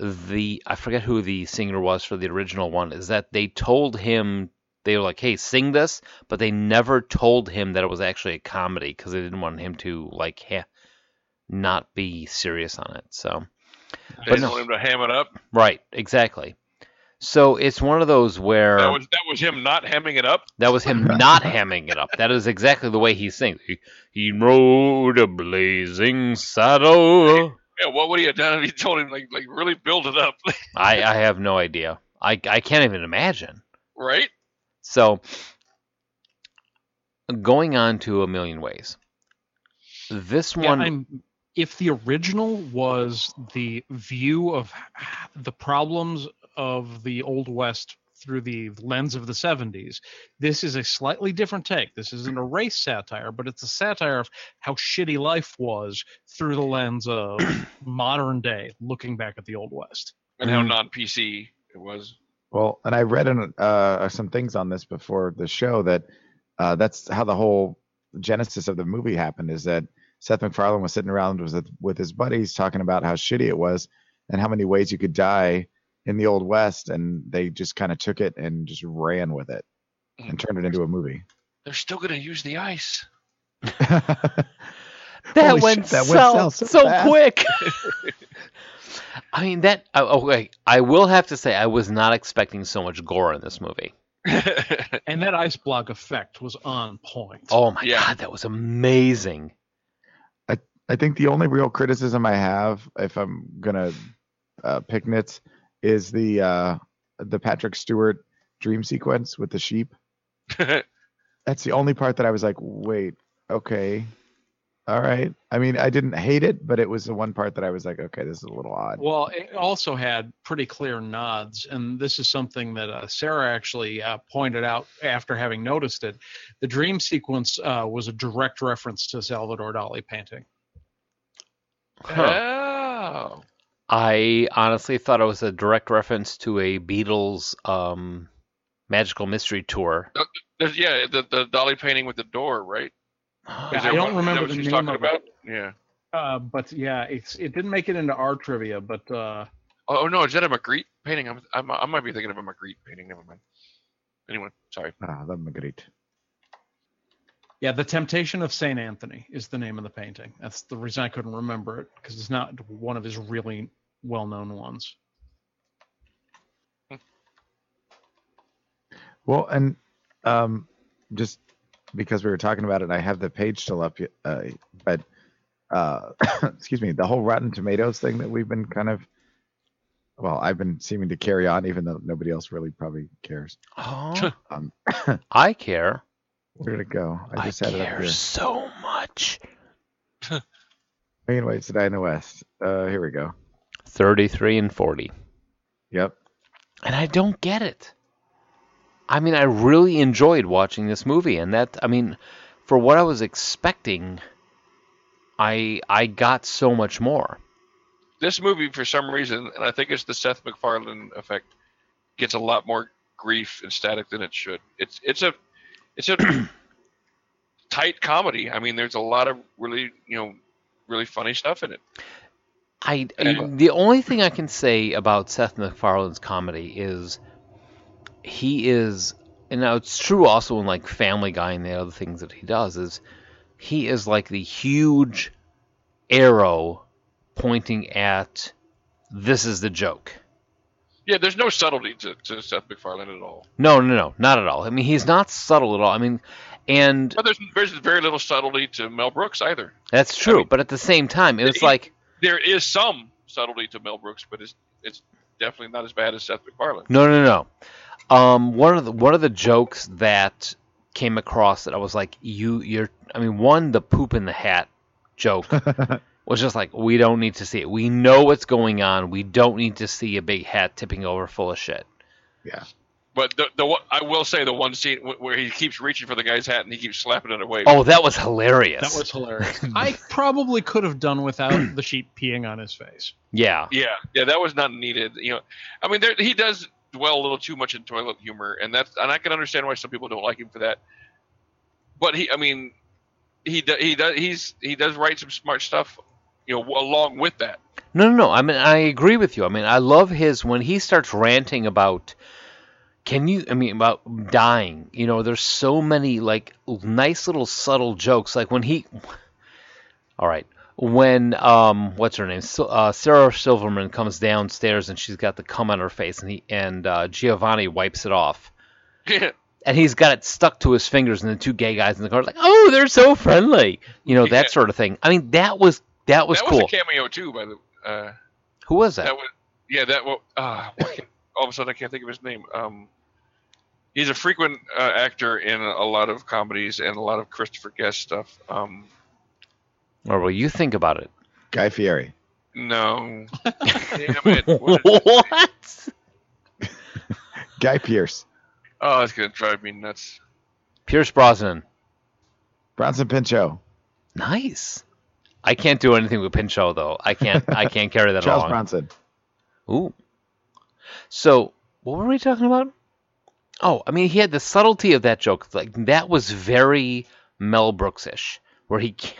Speaker 4: the I forget who the singer was for the original one. Is that they told him they were like, "Hey, sing this," but they never told him that it was actually a comedy because they didn't want him to like ha- not be serious on it. So
Speaker 5: They
Speaker 4: But
Speaker 5: didn't
Speaker 4: no.
Speaker 5: want him to ham it up.
Speaker 4: right, exactly. So it's one of those where
Speaker 5: That was that was him not hamming it up.
Speaker 4: That was him not hamming it up. That is exactly the way he sings. He, he rode a blazing saddle.
Speaker 5: Yeah, what would he have done if he told him like like really build it up,
Speaker 4: I, I have no idea. I, I can't even imagine.
Speaker 5: right?
Speaker 4: So, going on to A Million Ways. This
Speaker 7: Yeah,
Speaker 4: one,
Speaker 7: I'm- if the original was the view of h- the problems of the Old West through the lens of the 70s, this is a slightly different take. This isn't a race satire, but it's a satire of how shitty life was through the lens of modern day, looking back at the Old West.
Speaker 5: And how
Speaker 4: Mhm.
Speaker 5: non PC it was.
Speaker 6: Well, and I read an, uh, some things on this before the show that uh, that's how the whole genesis of the movie happened is that Seth MacFarlane was sitting around with, with his buddies talking about how shitty it was and how many ways you could die in the old west, and they just kind of took it and just ran with it and turned it into a movie.
Speaker 5: They're still going to use the ice.
Speaker 4: That
Speaker 6: Holy shit,
Speaker 4: went
Speaker 6: that
Speaker 4: so,
Speaker 6: went south so
Speaker 4: so,
Speaker 6: fast.
Speaker 4: quick. I mean that. oh, Okay, I will have to say I was not expecting so much gore in this movie.
Speaker 7: And that ice block effect was on point.
Speaker 4: Oh my
Speaker 5: Yeah.
Speaker 4: god, that was amazing.
Speaker 6: I think the only real criticism I have, if I'm gonna uh, pick nits, is the uh, the Patrick Stewart dream sequence with the sheep. That's the only part that I was like, wait, okay, all right. I mean, I didn't hate it, but it was the one part that I was like, okay, this is a little odd.
Speaker 7: Well, it also had pretty clear nods, and this is something that uh, Sarah actually uh, pointed out after having noticed it. The dream sequence uh, was a direct reference to Salvador Dali painting.
Speaker 4: Huh.
Speaker 5: Oh.
Speaker 4: I honestly thought it was a direct reference to a Beatles um, magical mystery tour.
Speaker 5: There's, yeah, the, the Dolly painting with the door, right?
Speaker 7: Yeah,
Speaker 5: Is there
Speaker 7: Ah, I
Speaker 5: one- is
Speaker 7: don't
Speaker 5: that
Speaker 7: remember
Speaker 5: what
Speaker 7: the
Speaker 5: she's
Speaker 7: name
Speaker 5: talking
Speaker 7: of it.
Speaker 5: about. Yeah.
Speaker 7: Uh, but yeah, it's, it didn't make it into our trivia, but uh,
Speaker 5: Oh, oh, no, is that a Magritte painting? I'm, I'm, I might be thinking of a Magritte painting. Never mind. Anyone, sorry.
Speaker 6: Ah, the Magritte.
Speaker 7: yeah, The Temptation of St. Anthony is the name of the painting. That's the reason I couldn't remember it, because it's not one of his really well known ones.
Speaker 6: Well, and um, just because we were talking about it, I have the page still up, uh, but uh, excuse me, the whole Rotten Tomatoes thing that we've been kind of, well, I've been seeming to carry on, even though nobody else really probably cares.
Speaker 4: Oh,
Speaker 6: Um,
Speaker 4: I care.
Speaker 6: where did it go? I
Speaker 4: I,
Speaker 6: just had it up
Speaker 4: care
Speaker 6: here.
Speaker 4: so much.
Speaker 6: Million Ways to Die in the West. Uh, here we go.
Speaker 4: Thirty-three and forty.
Speaker 6: Yep.
Speaker 4: and I don't get it. I mean, I really enjoyed watching this movie, and that I mean, for what I was expecting, I I got so much more.
Speaker 5: This movie, for some reason, and I think it's the Seth MacFarlane effect, gets a lot more grief and static than it should. It's it's a it's a tight comedy. I mean, there's a lot of really you know really funny stuff in it.
Speaker 4: I
Speaker 5: Yeah.
Speaker 4: the only thing I can say about Seth MacFarlane's comedy is he is, and now it's true also in like Family Guy and the other things that he does is he is like the huge arrow pointing at this is the joke.
Speaker 5: Yeah, there's no subtlety to, to Seth MacFarlane at all.
Speaker 4: No, no, no, not at all. I mean, he's not subtle at all. I mean, and
Speaker 5: But there's there's very little subtlety to Mel Brooks either.
Speaker 4: that's true.
Speaker 5: mean-
Speaker 4: but at the same time, it was
Speaker 5: He-
Speaker 4: like,
Speaker 5: There is some subtlety to Mel Brooks, but it's it's definitely not as bad as Seth MacFarlane.
Speaker 4: no, no, no. Um, one of the one of the jokes that came across that I was like, you, you're. I mean, one, the poop in the hat joke was just like, we don't need to see it. We know what's going on. We don't need to see a big hat tipping over full of shit.
Speaker 6: Yeah.
Speaker 5: But the the one- I will say the one scene wh- where he keeps reaching for the guy's hat and he keeps slapping it away.
Speaker 4: Oh, that was hilarious.
Speaker 7: That was hilarious. I probably could have done without the sheep peeing on his face.
Speaker 4: yeah.
Speaker 5: Yeah, yeah, that was not needed. You know, I mean, there, he does dwell a little too much in toilet humor, and that's and I can understand why some people don't like him for that. But he, I mean, he do, he does he's he does write some smart stuff, you know, along with that.
Speaker 4: No, no, no. I mean, I agree with you. I mean, I love his when he starts ranting about can you I mean about dying. You know, there's so many like nice little subtle jokes like when he All right. When um what's her name? Sil- Uh, Sarah Silverman comes downstairs and she's got the cum on her face and he and uh, Giovanni wipes it off. And he's got it stuck to his fingers, and the two gay guys in the car are like, "Oh, they're so friendly," you know that
Speaker 5: Yeah.
Speaker 4: sort of thing. I mean, that was that was
Speaker 5: that
Speaker 4: cool.
Speaker 5: was a cameo too, by the. Uh,
Speaker 4: Who was that?
Speaker 5: that was yeah. That was uh, all of a sudden I can't think of his name. Um, he's a frequent uh, actor in a lot of comedies and a lot of Christopher Guest stuff. Um,
Speaker 4: Or will you think about it?
Speaker 6: Guy Fieri.
Speaker 5: no, damn it. What is-
Speaker 6: Guy Pierce.
Speaker 5: Oh, it's gonna drive me nuts.
Speaker 4: Pierce Brosnan.
Speaker 6: Bronson Pinchot.
Speaker 4: Nice. I can't do anything with Pinchot though. I can't. I can't carry that
Speaker 6: Charles
Speaker 4: along.
Speaker 6: Bronson.
Speaker 4: Ooh. So what were we talking about? Oh, I mean, he had the subtlety of that joke. Like that was very Mel Brooksish, where he. ca-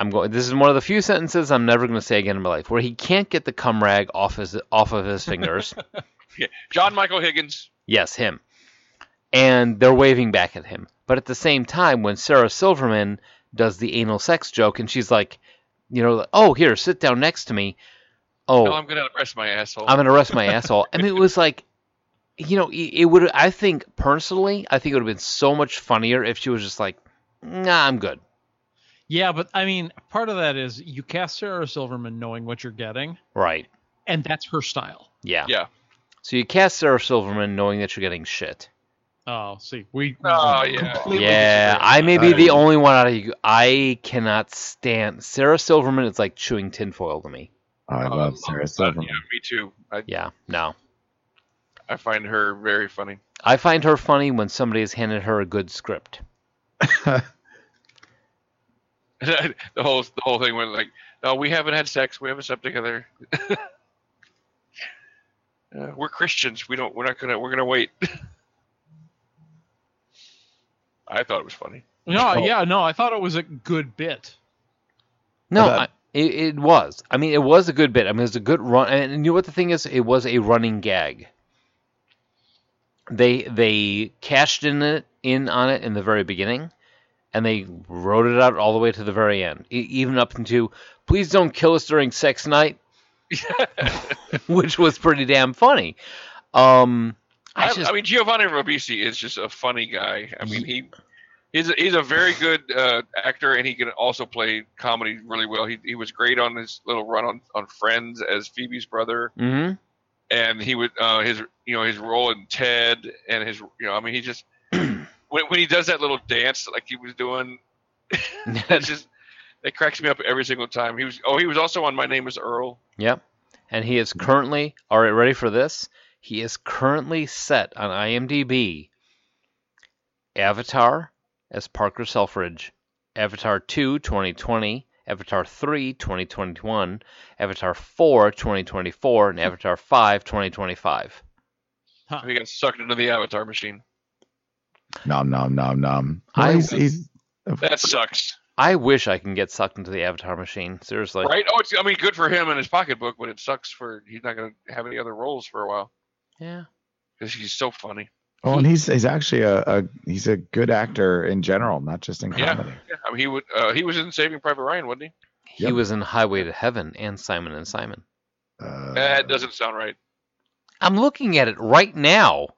Speaker 4: I'm going. This is one of the few sentences I'm never going to say again in my life, where he can't get the cum rag off his off of his fingers.
Speaker 5: Yeah. John Michael Higgins.
Speaker 4: Yes, him. And they're waving back at him. But at the same time, when Sarah Silverman does the anal sex joke and she's like, you know, like, oh, here, sit down next to me. Oh,
Speaker 5: No, I'm gonna arrest my asshole.
Speaker 4: I'm gonna rest my asshole. I mean, it was like, you know, it, it would. I think personally, I think it would have been so much funnier if she was just like, nah, I'm good.
Speaker 7: Yeah, but I mean, part of that is you cast Sarah Silverman knowing what you're getting,
Speaker 4: Right.
Speaker 7: and that's her style.
Speaker 4: Yeah.
Speaker 5: yeah.
Speaker 4: So you cast Sarah Silverman knowing that you're getting shit.
Speaker 7: Oh, see, we.
Speaker 5: Oh, yeah.
Speaker 7: completely
Speaker 4: Yeah,
Speaker 7: disagree.
Speaker 4: I may be
Speaker 6: I-
Speaker 4: the only one out of you. I cannot stand Sarah Silverman. It's like chewing tinfoil to me.
Speaker 6: Oh, I
Speaker 5: Uh,
Speaker 6: love Sarah Silverman.
Speaker 5: Yeah, me too. I,
Speaker 4: Yeah, no.
Speaker 5: I find her very funny.
Speaker 4: I find her funny when somebody has handed her a good script.
Speaker 5: the whole the whole thing went like, no, we haven't had sex. We haven't slept together. Uh, we're Christians. We don't. We're not gonna. We're gonna wait. I thought it was funny.
Speaker 7: No, yeah, no. I thought it was a good bit.
Speaker 4: No,
Speaker 6: But-
Speaker 4: I, it, it was. I mean, it was a good bit. I mean, it was a good run. And you know what the thing is? It was a running gag. They they cashed in it in on it in the very beginning, and they wrote it out all the way to the very end, e- even up into "Please don't kill us during sex night," which was pretty damn funny. Um, I,
Speaker 5: I,
Speaker 4: just
Speaker 5: I mean, Giovanni Ribisi is just a funny guy. I mean, he he's a, he's a very good uh, actor, and he can also play comedy really well. He he was great on his little run on, on Friends as Phoebe's brother,
Speaker 4: mhm.
Speaker 5: and he would uh, his you know his role in Ted and his you know I mean he just when when he does that little dance like he was doing, that's just it cracks me up every single time. He was oh he was also on My Name Is Earl.
Speaker 4: Yep. And he is currently, all right, ready for this? He is currently set on IMDb Avatar as Parker Selfridge, Avatar 2 2020, Avatar 3 2021, Avatar 4 2024, and Avatar 5 2025.
Speaker 5: I think he got sucked into the Avatar machine.
Speaker 6: nom nom nom nom.
Speaker 4: I-
Speaker 6: Well, he's, he's
Speaker 5: That sucks.
Speaker 4: I wish I can get sucked into the Avatar machine. Seriously.
Speaker 5: right? Oh, it's, I mean, good for him and his pocketbook, but it sucks for he's not going to have any other roles for a while
Speaker 4: Yeah.
Speaker 5: because he's so funny.
Speaker 6: oh, and he's he's actually a, a he's a good actor in general, not just in
Speaker 5: Yeah.
Speaker 6: comedy.
Speaker 5: Yeah, I mean, he would. Uh, he was in Saving Private Ryan, wasn't he?
Speaker 4: He
Speaker 6: Yep.
Speaker 4: was in Highway to Heaven and Simon and Simon.
Speaker 6: Uh,
Speaker 5: that doesn't sound right.
Speaker 4: I'm looking at it right now.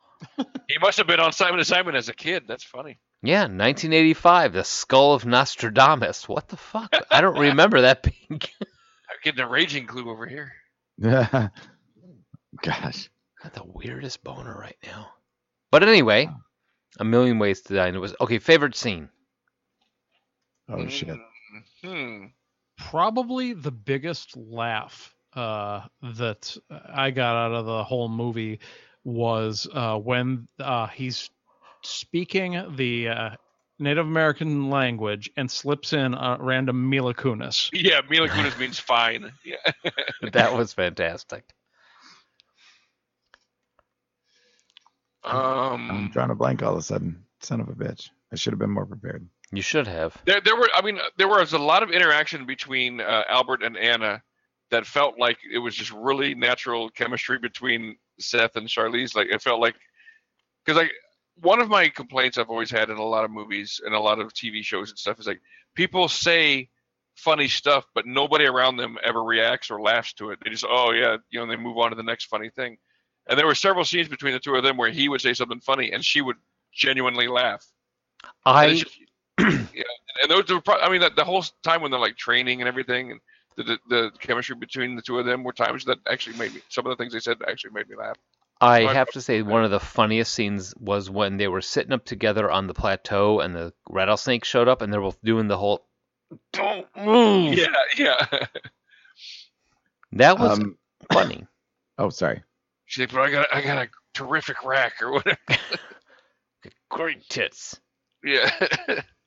Speaker 5: He must have been on Simon and Simon as a kid. That's funny.
Speaker 4: Yeah, 1985, The Skull of Nostradamus. What the fuck? I don't remember that being.
Speaker 5: I'm getting a raging clue over here.
Speaker 6: Gosh.
Speaker 4: Got the weirdest boner right now. But anyway, A Million Ways to Die. And it was, okay, favorite scene.
Speaker 6: Oh shit.
Speaker 5: Hmm.
Speaker 7: Probably the biggest laugh uh, that I got out of the whole movie was uh, when uh, he's speaking the uh, Native American language and slips in a random Mila Kunis.
Speaker 5: Yeah, Mila Kunis means fine. Yeah.
Speaker 4: That was fantastic.
Speaker 6: I'm
Speaker 5: Um.
Speaker 6: drawing a blank all of a sudden. Son of a bitch. I should have been more prepared.
Speaker 4: You should have.
Speaker 5: There, there were. I mean, there was a lot of interaction between uh, Albert and Anna that felt like it was just really natural chemistry between Seth and Charlize. Like it felt like because like one of my complaints I've always had in a lot of movies and a lot of TV shows and stuff is like people say funny stuff, but nobody around them ever reacts or laughs to it. They just oh yeah, you know, and they move on to the next funny thing. And there were several scenes between the two of them where he would say something funny and she would genuinely laugh. And
Speaker 4: I
Speaker 5: it's just- yeah, and those were. Pro- I mean, that the whole time when they're like training and everything, and the, the the chemistry between the two of them were times that actually made me. Some of the things they said actually made me laugh.
Speaker 4: I have to say one of the funniest scenes was when they were sitting up together on the plateau and the rattlesnake showed up and they were doing the whole don't move.
Speaker 5: Yeah, yeah.
Speaker 4: That was
Speaker 6: Um,
Speaker 4: funny.
Speaker 6: oh, sorry.
Speaker 5: She's like, but I got I got a terrific rack or whatever.
Speaker 4: Great tits.
Speaker 5: Yeah,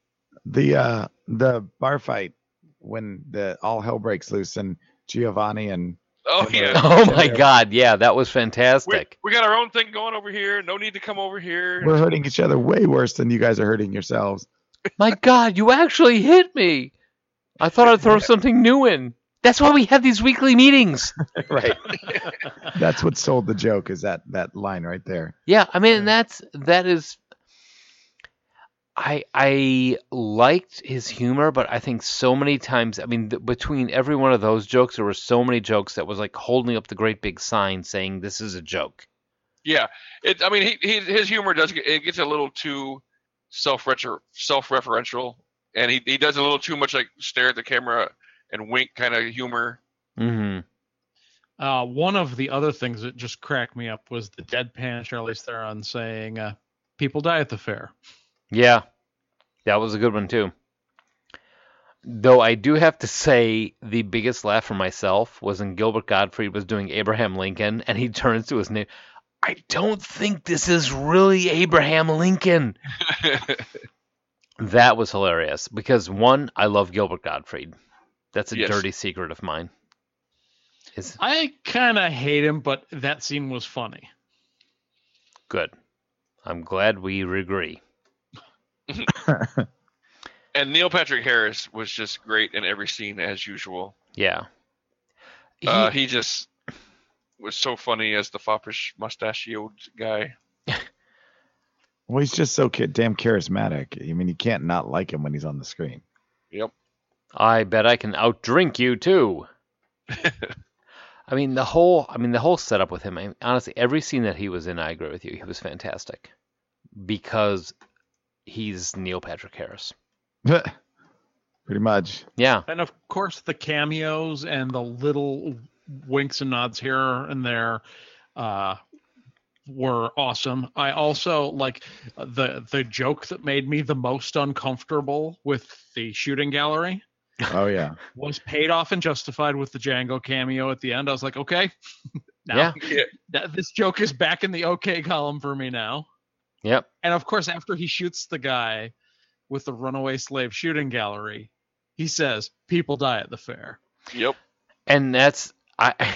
Speaker 6: The uh the bar fight when the all hell breaks loose and Giovanni and
Speaker 5: oh yeah.
Speaker 4: Oh my god, yeah, that was fantastic.
Speaker 5: We, we got our own thing going over here. No need to come over here.
Speaker 6: we're hurting each other way worse than you guys are hurting yourselves.
Speaker 4: My God, you actually hit me. I thought I'd throw something new in. That's why we have these weekly meetings.
Speaker 6: right. That's what sold the joke is that that line right there.
Speaker 4: Yeah, I mean, and that's that is. I I liked his humor, but I think so many times, I mean, th- between every one of those jokes, there were so many jokes that was like holding up the great big sign saying this is a joke.
Speaker 5: Yeah, it, I mean, he, he his humor does get- it gets a little too self-refer- self-referential, and he he does a little too much like stare at the camera and wink kind of humor.
Speaker 4: Mm-hmm.
Speaker 7: Uh, one of the other things that just cracked me up was the deadpan Charlize Theron saying, uh, "People die at the fair."
Speaker 4: Yeah, that was a good one too. Though I do have to say, the biggest laugh for myself was when Gilbert Gottfried was doing Abraham Lincoln, and he turns to his name. I don't think this is really Abraham Lincoln. That was hilarious because one, I love Gilbert Gottfried. That's a
Speaker 5: Yes.
Speaker 4: dirty secret of mine. Is
Speaker 7: I kind of hate him, but that scene was funny.
Speaker 4: good. I'm glad we agree.
Speaker 5: and Neil Patrick Harris was just great in every scene as usual.
Speaker 4: Yeah. He-
Speaker 5: uh, he just was so funny as the foppish mustachioed guy.
Speaker 6: Well, he's just so ki- damn charismatic. I mean, you can't not like him when he's on the screen.
Speaker 5: Yep.
Speaker 4: I bet I can outdrink you too. I mean the whole I mean the whole setup with him. I, honestly, every scene that he was in, I agree with you. He was fantastic because he's Neil Patrick Harris.
Speaker 6: Pretty much.
Speaker 4: Yeah,
Speaker 7: And of course, the cameos and the little winks and nods here and there uh, were awesome. I also like the the joke that made me the most uncomfortable with the shooting gallery
Speaker 6: Oh yeah.
Speaker 7: was paid off and justified with the Django cameo at the end. I was like, okay, now
Speaker 4: yeah,
Speaker 5: Yeah.
Speaker 7: that, this joke is back in the okay column for me now.
Speaker 4: yep.
Speaker 7: And of course, after he shoots the guy with the runaway slave shooting gallery, he says, "People die at the fair."
Speaker 5: Yep.
Speaker 4: And that's I.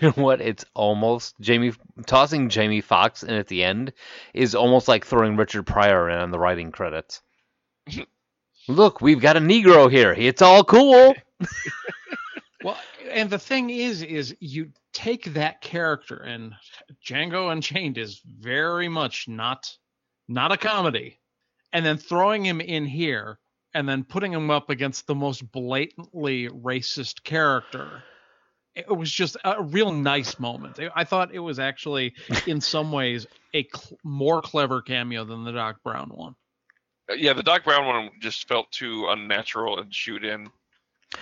Speaker 4: You know what? It's almost Jamie tossing Jamie Fox in at the end is almost like throwing Richard Pryor in on the writing credits. Look, we've got a Negro here. It's all cool.
Speaker 7: Well, and the thing is, is you take that character, and Django Unchained is very much not not a comedy, and then throwing him in here, and then putting him up against the most blatantly racist character. It was just a real nice moment. I- I thought it was actually, in some ways, a cl- more clever cameo than the Doc Brown one.
Speaker 5: Uh, Yeah, the Doc Brown one just felt too unnatural and shoot in.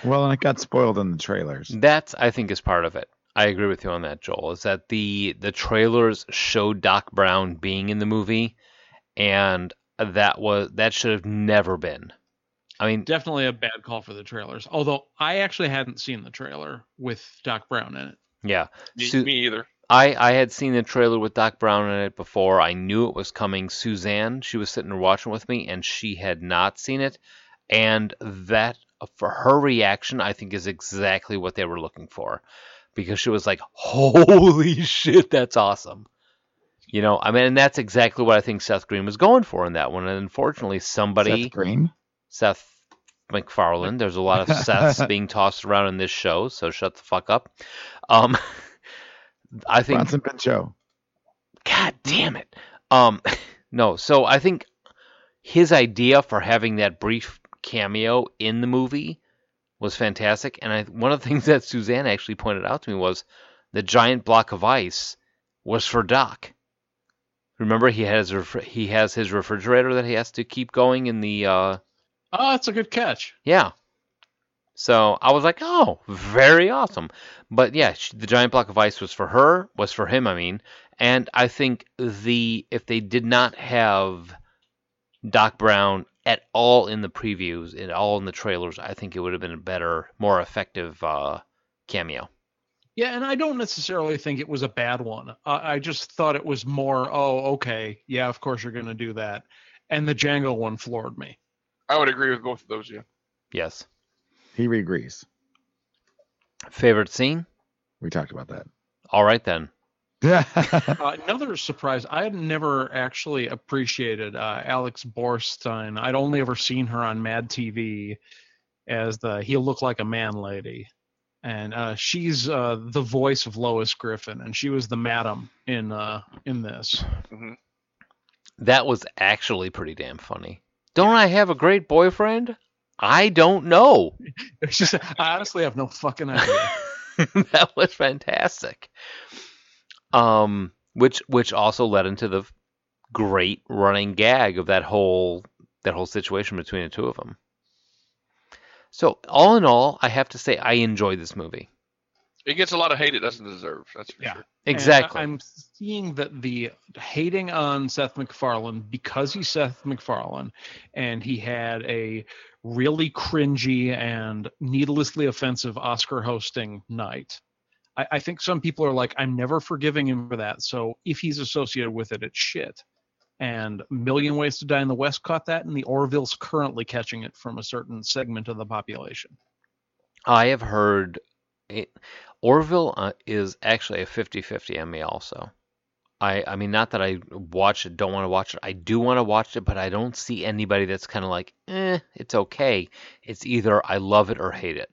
Speaker 6: Well, and it got spoiled in the trailers.
Speaker 4: That's I think is part of it. I agree with you on that, Joel. Is that the the trailers showed Doc Brown being in the movie, and that was that should have never been. I mean,
Speaker 7: Definitely a bad call for the trailers. Although I actually hadn't seen the trailer with Doc Brown in it.
Speaker 4: yeah.
Speaker 5: Me,
Speaker 4: Su-
Speaker 5: me either.
Speaker 4: I I had seen the trailer with Doc Brown in it before. I knew it was coming. Suzanne, she was sitting there watching with me, and she had not seen it, and that for her reaction, I think is exactly what they were looking for, because she was like, "Holy shit, that's awesome." You know, I mean, and that's exactly what I think Seth Green was going for in that one. And unfortunately, somebody
Speaker 6: Seth Green.
Speaker 4: Seth MacFarlane. There's a lot of Seths being tossed around in this show, so shut the fuck up. Um, I think.
Speaker 6: Bronson Pinchot.
Speaker 4: God damn it. Um, no, so I think his idea for having that brief cameo in the movie was fantastic. And I, one of the things that Suzanne actually pointed out to me was the giant block of ice was for Doc. Remember, he has ref- he has his refrigerator that he has to keep going in the uh,
Speaker 7: Oh, that's a good catch.
Speaker 4: yeah. So I was like, oh, very awesome. But yeah, sh the giant block of ice was for her, was for him, I mean. And I think the if they did not have Doc Brown at all in the previews, at all in the trailers, I think it would have been a better, more effective uh, cameo.
Speaker 7: Yeah, and I don't necessarily think it was a bad one. I, I just thought it was more, oh, okay, yeah, of course you're going to do that. And the Django one floored me.
Speaker 5: I would agree with both of those. Yeah.
Speaker 4: Yes.
Speaker 6: He agrees.
Speaker 4: Favorite scene?
Speaker 6: We talked about that.
Speaker 4: All right then.
Speaker 7: Uh, another surprise, I had never actually appreciated uh, Alex Borstein. I'd only ever seen her on Mad TV as the He'll Look Like a Man lady. And uh, she's uh, the voice of Lois Griffin, and she was the madam in uh, in this.
Speaker 4: That was actually pretty damn funny. Don't I have a great boyfriend? I don't know.
Speaker 7: It's just, I honestly have no fucking idea.
Speaker 4: that was fantastic. Um, which which also led into the great running gag of that whole that whole situation between the two of them. So all in all, I have to say I enjoyed this movie.
Speaker 5: It gets a lot of hate it doesn't deserve. That's for
Speaker 7: Yeah.
Speaker 5: sure.
Speaker 4: Exactly.
Speaker 7: And I- I'm seeing that the hating on Seth MacFarlane because he's Seth MacFarlane and he had a really cringy and needlessly offensive Oscar hosting night. I, I think some people are like, I'm never forgiving him for that. So if he's associated with it, it's shit. And Million Ways to Die in the West caught that, and the Orville's currently catching it from a certain segment of the population.
Speaker 4: I have heard it, Orville uh, is actually a 50-50 on me also. I I mean not that I watch it, don't want to watch it. I do want to watch it, but I don't see anybody that's kind of like, "Eh, it's okay." It's either I love it or hate it.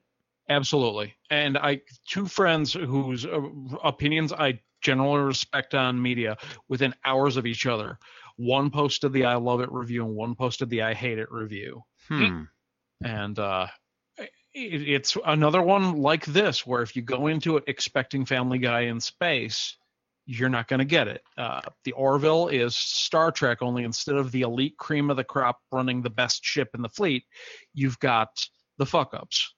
Speaker 7: Absolutely. And I two friends whose uh, opinions I generally respect on media within hours of each other. One posted the I love it review and one posted the I hate it review.
Speaker 4: Hmm.
Speaker 7: And uh it, it's another one like this where if you go into it expecting Family Guy in space, you're not going to get it. Uh, the Orville is Star Trek only instead of the elite cream of the crop running the best ship in the fleet, you've got the fuck ups.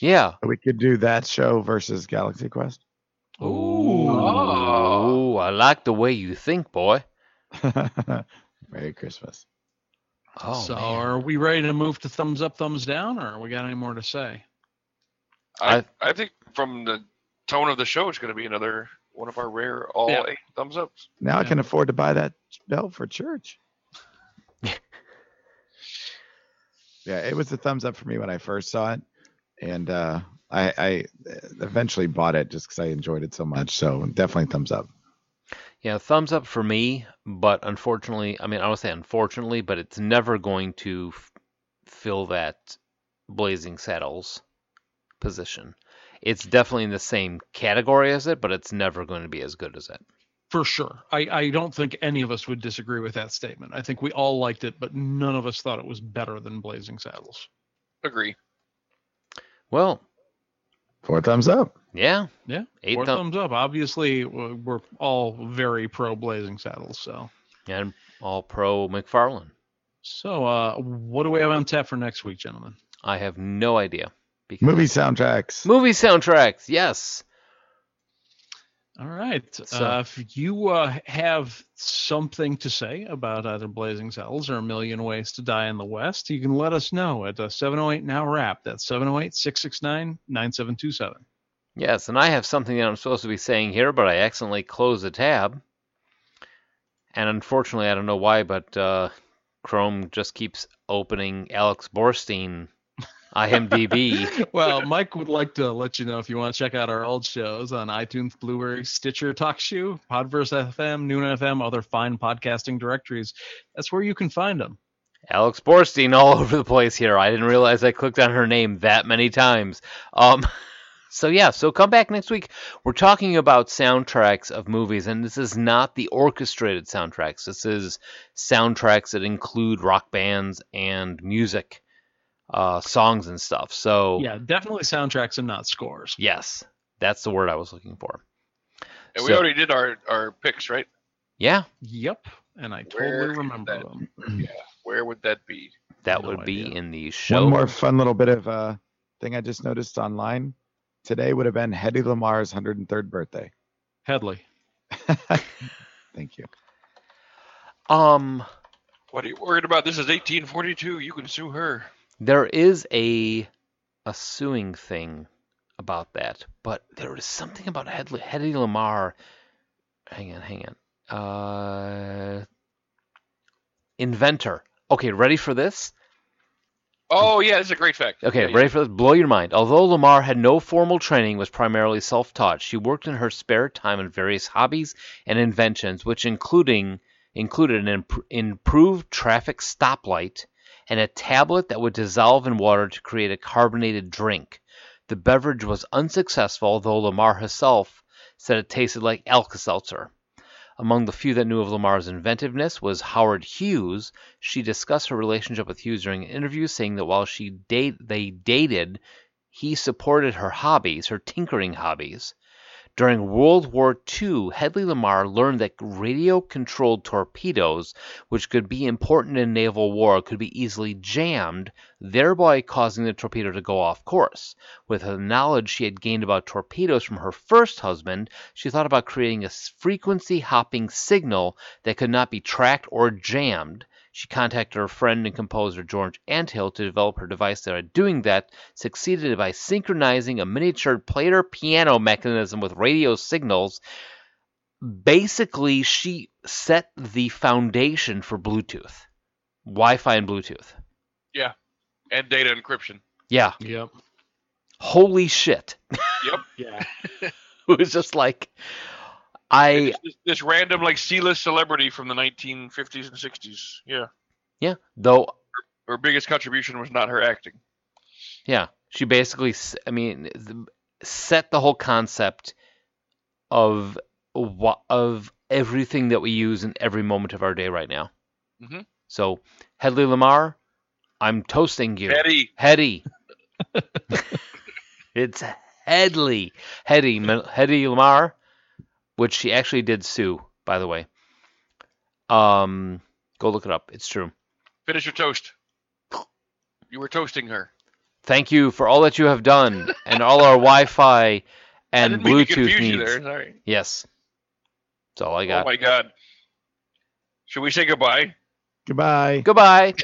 Speaker 4: Yeah.
Speaker 6: We could do that show versus Galaxy Quest.
Speaker 4: Ooh, I like the way you think, boy.
Speaker 6: Merry Christmas.
Speaker 4: Oh,
Speaker 7: so
Speaker 4: man.
Speaker 7: are we ready to move to thumbs up, thumbs down, or we got any more to say?
Speaker 5: I,
Speaker 4: I-
Speaker 5: I think from the tone of the show, it's going to be another one of our rare all
Speaker 7: Yeah.
Speaker 5: eight thumbs ups.
Speaker 6: Now I
Speaker 7: Yeah.
Speaker 6: can afford to buy that bell for church. yeah, it was a thumbs up for me when I first saw it, and uh, I, I eventually bought it just because I enjoyed it so much. So definitely thumbs up.
Speaker 4: Yeah, thumbs up for me, but unfortunately, I mean, I would say unfortunately, but it's never going to f- fill that Blazing Saddles position. It's definitely in the same category as it, but it's never going to be as good as it.
Speaker 7: For sure. I, I don't think any of us would disagree with that statement. I think we all liked it, but none of us thought it was better than Blazing Saddles.
Speaker 5: Agree.
Speaker 4: Well,
Speaker 6: Four thumbs up.
Speaker 4: yeah,
Speaker 7: Yeah.
Speaker 4: Eight
Speaker 7: four
Speaker 4: thumb-
Speaker 7: thumbs up. Obviously, we're we're all very pro Blazing Saddles. So,
Speaker 4: and all pro McFarlane.
Speaker 7: so uh, what do we have on tap for next week, gentlemen?
Speaker 4: I have no idea. Because
Speaker 6: Movie soundtracks.
Speaker 4: movie soundtracks, yes.
Speaker 7: All right.
Speaker 4: So-
Speaker 7: uh, if you uh, have something to say about either Blazing Saddles or A Million Ways to Die in the West, you can let us know at uh, 708 Now Rap. That's 708 669 9727.
Speaker 4: Yes, and I have something that I'm supposed to be saying here, but I accidentally closed the tab. And unfortunately, I don't know why, but uh, Chrome just keeps opening Alex Borstein IMDb.
Speaker 7: Well, Mike would like to let you know if you want to check out our old shows on iTunes, Blueberry, Stitcher, TalkShoe, Podverse FM, Noon FM, other fine podcasting directories. That's where you can find them.
Speaker 4: Alex Borstein all over the place here. I didn't realize I clicked on her name that many times. Um, so yeah, so come back next week. We're talking about soundtracks of movies, and this is not the orchestrated soundtracks. This is soundtracks that include rock bands and music, uh, songs and stuff. So
Speaker 7: Yeah, definitely soundtracks and not scores.
Speaker 4: yes, that's the word I was looking for.
Speaker 5: And we
Speaker 4: So-
Speaker 5: already did our, our picks, right?
Speaker 4: Yeah,
Speaker 7: Yep. And I totally
Speaker 5: Where is
Speaker 7: remember
Speaker 5: that?
Speaker 7: them.
Speaker 5: Where would that be?
Speaker 4: that
Speaker 7: No
Speaker 4: would be
Speaker 7: idea.
Speaker 4: in the show.
Speaker 6: One more fun little bit of uh, thing I just noticed online. Today would have been Hedy Lamar's 103rd birthday.
Speaker 7: Headley.
Speaker 6: Thank you.
Speaker 4: Um.
Speaker 5: What are you worried about? This is 1842. You can sue her.
Speaker 4: There is a a suing thing about that, but there is something about Hedley, Hedy Lamar. Hang on, hang on. Uh, inventor. Okay, ready for this?
Speaker 5: Oh, yeah, that's a great fact.
Speaker 4: Okay,
Speaker 5: Yeah, yeah.
Speaker 4: ready for this? Blow your mind. Although Lamar had no formal training, was primarily self-taught. She worked in her spare time on various hobbies and inventions, which including included an imp- improved traffic stoplight and a tablet that would dissolve in water to create a carbonated drink. The beverage was unsuccessful, though Lamar herself said it tasted like Alka Seltzer. Among the few that knew of Lamar's inventiveness was Howard Hughes. She discussed her relationship with Hughes during an interview, saying that while she date, they dated, he supported her hobbies, her tinkering hobbies. During World War II, Hedley Lamar learned that radio controlled torpedoes, which could be important in naval war, could be easily jammed, thereby causing the torpedo to go off course. With the knowledge she had gained about torpedoes from her first husband, she thought about creating a s- frequency hopping signal that could not be tracked or jammed. She contacted her friend and composer George Anthill to develop her device that, by doing that, succeeded by synchronizing a miniature player piano mechanism with radio signals. Basically, she set the foundation for Bluetooth, Wi Fi, and Bluetooth.
Speaker 5: Yeah, and data encryption.
Speaker 4: Yeah,
Speaker 7: Yep.
Speaker 4: holy shit.
Speaker 5: Yep.
Speaker 7: Yeah.
Speaker 4: It was just like, I,
Speaker 5: This, this random like C-list celebrity from the 1950s and 60s. Yeah,
Speaker 4: yeah, though
Speaker 5: her biggest contribution was not her acting.
Speaker 4: Yeah, she basically, s- I mean, th- set the whole concept of wha- of everything that we use in every moment of our day right now.
Speaker 5: Mhm.
Speaker 4: So, Hedley Lamar, I'm toasting you,
Speaker 5: Betty,
Speaker 4: Hetty. it's Hedley, Hetty, M- Hetty Lamar, which she actually did sue, by the way. Um, go look it up. It's true.
Speaker 5: finish your toast. You were toasting her.
Speaker 4: Thank you for all that you have done and all our Wi-Fi and
Speaker 5: I didn't mean to
Speaker 4: Bluetooth
Speaker 5: confuse
Speaker 4: needs.
Speaker 5: you there. Sorry.
Speaker 4: Yes, that's all I
Speaker 5: Oh
Speaker 4: got.
Speaker 5: my God. Should we say goodbye?
Speaker 6: Goodbye.
Speaker 4: Goodbye.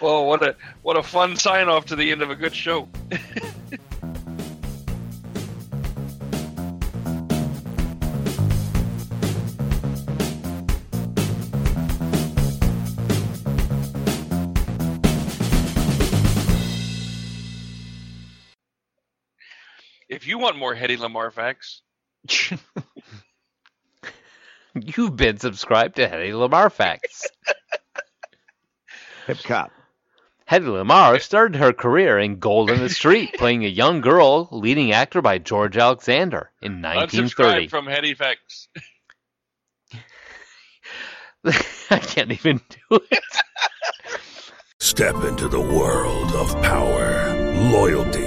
Speaker 5: Well, what a what a fun sign off to the end of a good show. If you want more Hetty Lamar facts,
Speaker 4: You've been subscribed to Hedy Lamar Facts.
Speaker 6: Hip cop.
Speaker 4: Hedy Lamar started her career in Gold in the Street, playing a young girl, leading actor by George Alexander in 1930.
Speaker 5: unsubscribe from Hetty Facts.
Speaker 4: I can't even do it.
Speaker 8: Step into the world of power, loyalty,